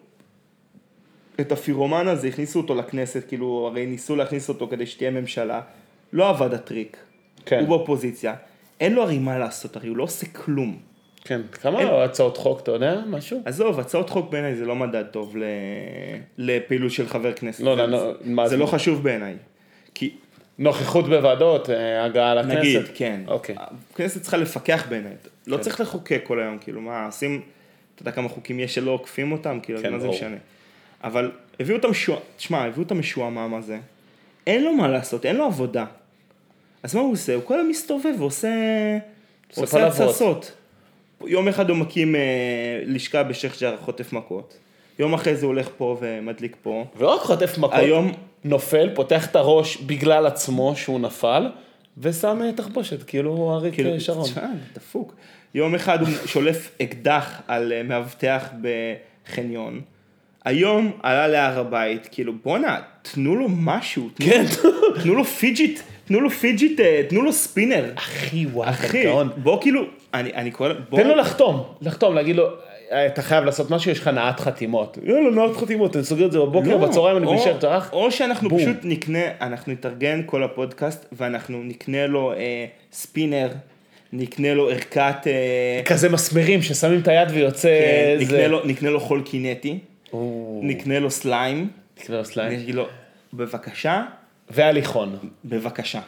Speaker 1: את הפירומן הזה, הכניסו אותו לכנסת, כאילו, הרי ניסו להכניס אותו כדי שתהיה ממשלה. לא עבד הטריק.
Speaker 2: כן.
Speaker 1: הוא באופוזיציה. אין לו הרי מה לעשות, הרי הוא לא עושה כלום.
Speaker 2: כן, כמה הצעות חוק, אתה יודע? משהו?
Speaker 1: עזוב, הצעות חוק בעיניי זה לא מדד טוב ל... לפעילות של חבר כנסת.
Speaker 2: לא,
Speaker 1: זה,
Speaker 2: לא, לא, מה
Speaker 1: זה
Speaker 2: זה?
Speaker 1: לא חשוב בעיניי. כי
Speaker 2: נוכחות בוועדות, אה, הגעה לכנסת.
Speaker 1: נגיד, כן.
Speaker 2: אוקיי. כן.
Speaker 1: הכנסת צריכה לפקח בעיניי. לא צריך לחוקק כל היום, כאילו, מה, עושים, אתה יודע כמה חוקים יש שלא עוקפים אותם, כאילו,
Speaker 2: כן,
Speaker 1: מה זה
Speaker 2: ברור.
Speaker 1: משנה. אבל הביאו אותם משוע... תשמע, הביאו אותם משועמם הזה. אין לו מה לעשות, אין לו עבודה. אז מה הוא עושה? הוא כל היום מסתובב ועושה...
Speaker 2: עושה
Speaker 1: עושה
Speaker 2: פלאפות.
Speaker 1: הצצות. יום אחד הוא מקים אה, לשכה בשייח' ג'אר חוטף מכות. יום אחרי זה הוא הולך פה ומדליק פה.
Speaker 2: ולא רק חוטף מכות,
Speaker 1: היום-
Speaker 2: נופל, פותח את הראש בגלל עצמו שהוא נפל, ושם אה, תחבושת, כאילו הוא אריק אה, שרון.
Speaker 1: תשמע, דפוק. יום אחד הוא שולף אקדח על אה, מאבטח בחניון. היום עלה להר הבית, כאילו בואנה, תנו לו משהו, תנו-
Speaker 2: כן.
Speaker 1: תנו לו פיג'יט, תנו לו פיג'יט, אה, תנו לו ספינר.
Speaker 2: אחי, וואי,
Speaker 1: אחי,
Speaker 2: גאון.
Speaker 1: בוא כאילו, אני אני קורא, בוא,
Speaker 2: תן לו לחתום, לחתום, להגיד לו, "אה, אתה חייב לעשות משהו, יש לך נעת חתימות. יאללה, נעת חתימות, אני סוגר את זה בבוקר,
Speaker 1: לא,
Speaker 2: בצהריים אני
Speaker 1: או-
Speaker 2: נשאר טרח.
Speaker 1: או שאנחנו
Speaker 2: בום.
Speaker 1: פשוט נקנה, אנחנו נתארגן כל הפודקאסט ואנחנו נקנה לו אה, ספינר, נקנה לו ערכת, אה,
Speaker 2: כזה מסמרים ששמים את היד ויוצא
Speaker 1: כן,
Speaker 2: איזה...
Speaker 1: נקנה לו- נקנה לו חול קינטי.
Speaker 2: או,
Speaker 1: נקנה לו סליים,
Speaker 2: נקנה לו
Speaker 1: אני
Speaker 2: סליים.
Speaker 1: אגיד לו, בבקשה,
Speaker 2: והליכון.
Speaker 1: בבקשה.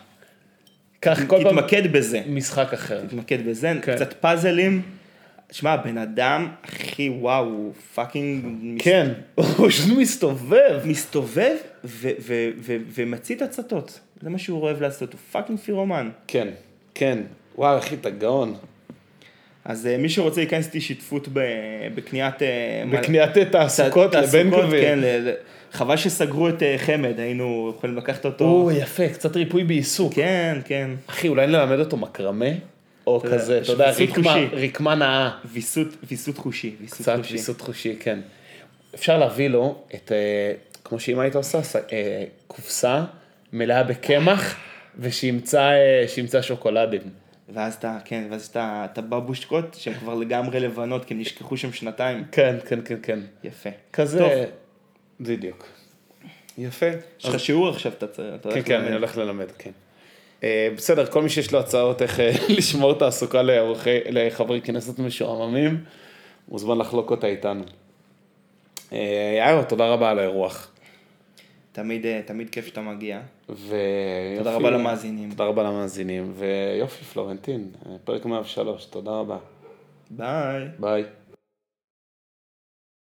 Speaker 2: כך כל פעם
Speaker 1: תתמקד בזה.
Speaker 2: משחק אחר.
Speaker 1: תתמקד בזה,
Speaker 2: כן.
Speaker 1: קצת פאזלים. שמע, הבן אדם, הכי וואו, הוא פאקינג מס-
Speaker 2: כן, הוא פשוט מסתובב.
Speaker 1: מסתובב ו- ו- ו- ומצית הצתות. זה מה שהוא אוהב לעשות, הוא פאקינג פירומן.
Speaker 2: כן, כן. וואו, אחי, אתה גאון.
Speaker 1: אז אה, מי שרוצה להיכנס איתי שותפות ב- בקניית... אה, מל-
Speaker 2: בקניית תעסוקות לבן
Speaker 1: תעסוקות,
Speaker 2: גביר.
Speaker 1: כן, ל- ל- חבל שסגרו את אה, חמד, היינו יכולים לקחת אותו.
Speaker 2: או, יפה, קצת ריפוי בעיסוק.
Speaker 1: כן, כן.
Speaker 2: אחי, אולי נלמד אותו מקרמה? או
Speaker 1: יודע,
Speaker 2: כזה, אתה יודע,
Speaker 1: ויסות
Speaker 2: רקמה-
Speaker 1: חושי.
Speaker 2: רקמה נאה.
Speaker 1: ויסות ויסות חושי. ויסות
Speaker 2: קצת
Speaker 1: חושי.
Speaker 2: ויסות חושי, כן. אפשר להביא לו את, אה, כמו שאמא היית עושה, ס- אה, קופסה מלאה בקמח, ושימצא אה, שימצא שוקולדים.
Speaker 1: ואז אתה, כן, ואז אתה, אתה בבושקות שהן כבר לגמרי לבנות, כי הם נשכחו שם שנתיים.
Speaker 2: כן, כן, כן, כן.
Speaker 1: יפה.
Speaker 2: כזה...
Speaker 1: טוב,
Speaker 2: בדיוק. יפה.
Speaker 1: יש לך שיעור עכשיו, אתה צריך... אתה
Speaker 2: כן, כן,
Speaker 1: הולך ללמד.
Speaker 2: אני הולך ללמד, כן. אה, בסדר, כל מי שיש לו הצעות איך אה, לשמור תעסוקה לעורכי- לחברי כנסת משועממים, מוזמן לחלוק אותה איתנו. אה, יאיר, תודה רבה על האירוח.
Speaker 1: תמיד, אה, תמיד כיף שאתה מגיע.
Speaker 2: ו...
Speaker 1: תודה
Speaker 2: יופי-
Speaker 1: רבה למאזינים.
Speaker 2: תודה רבה למאזינים, ויופי פלורנטין, אה, פרק 103, תודה רבה.
Speaker 1: ביי.
Speaker 2: ביי.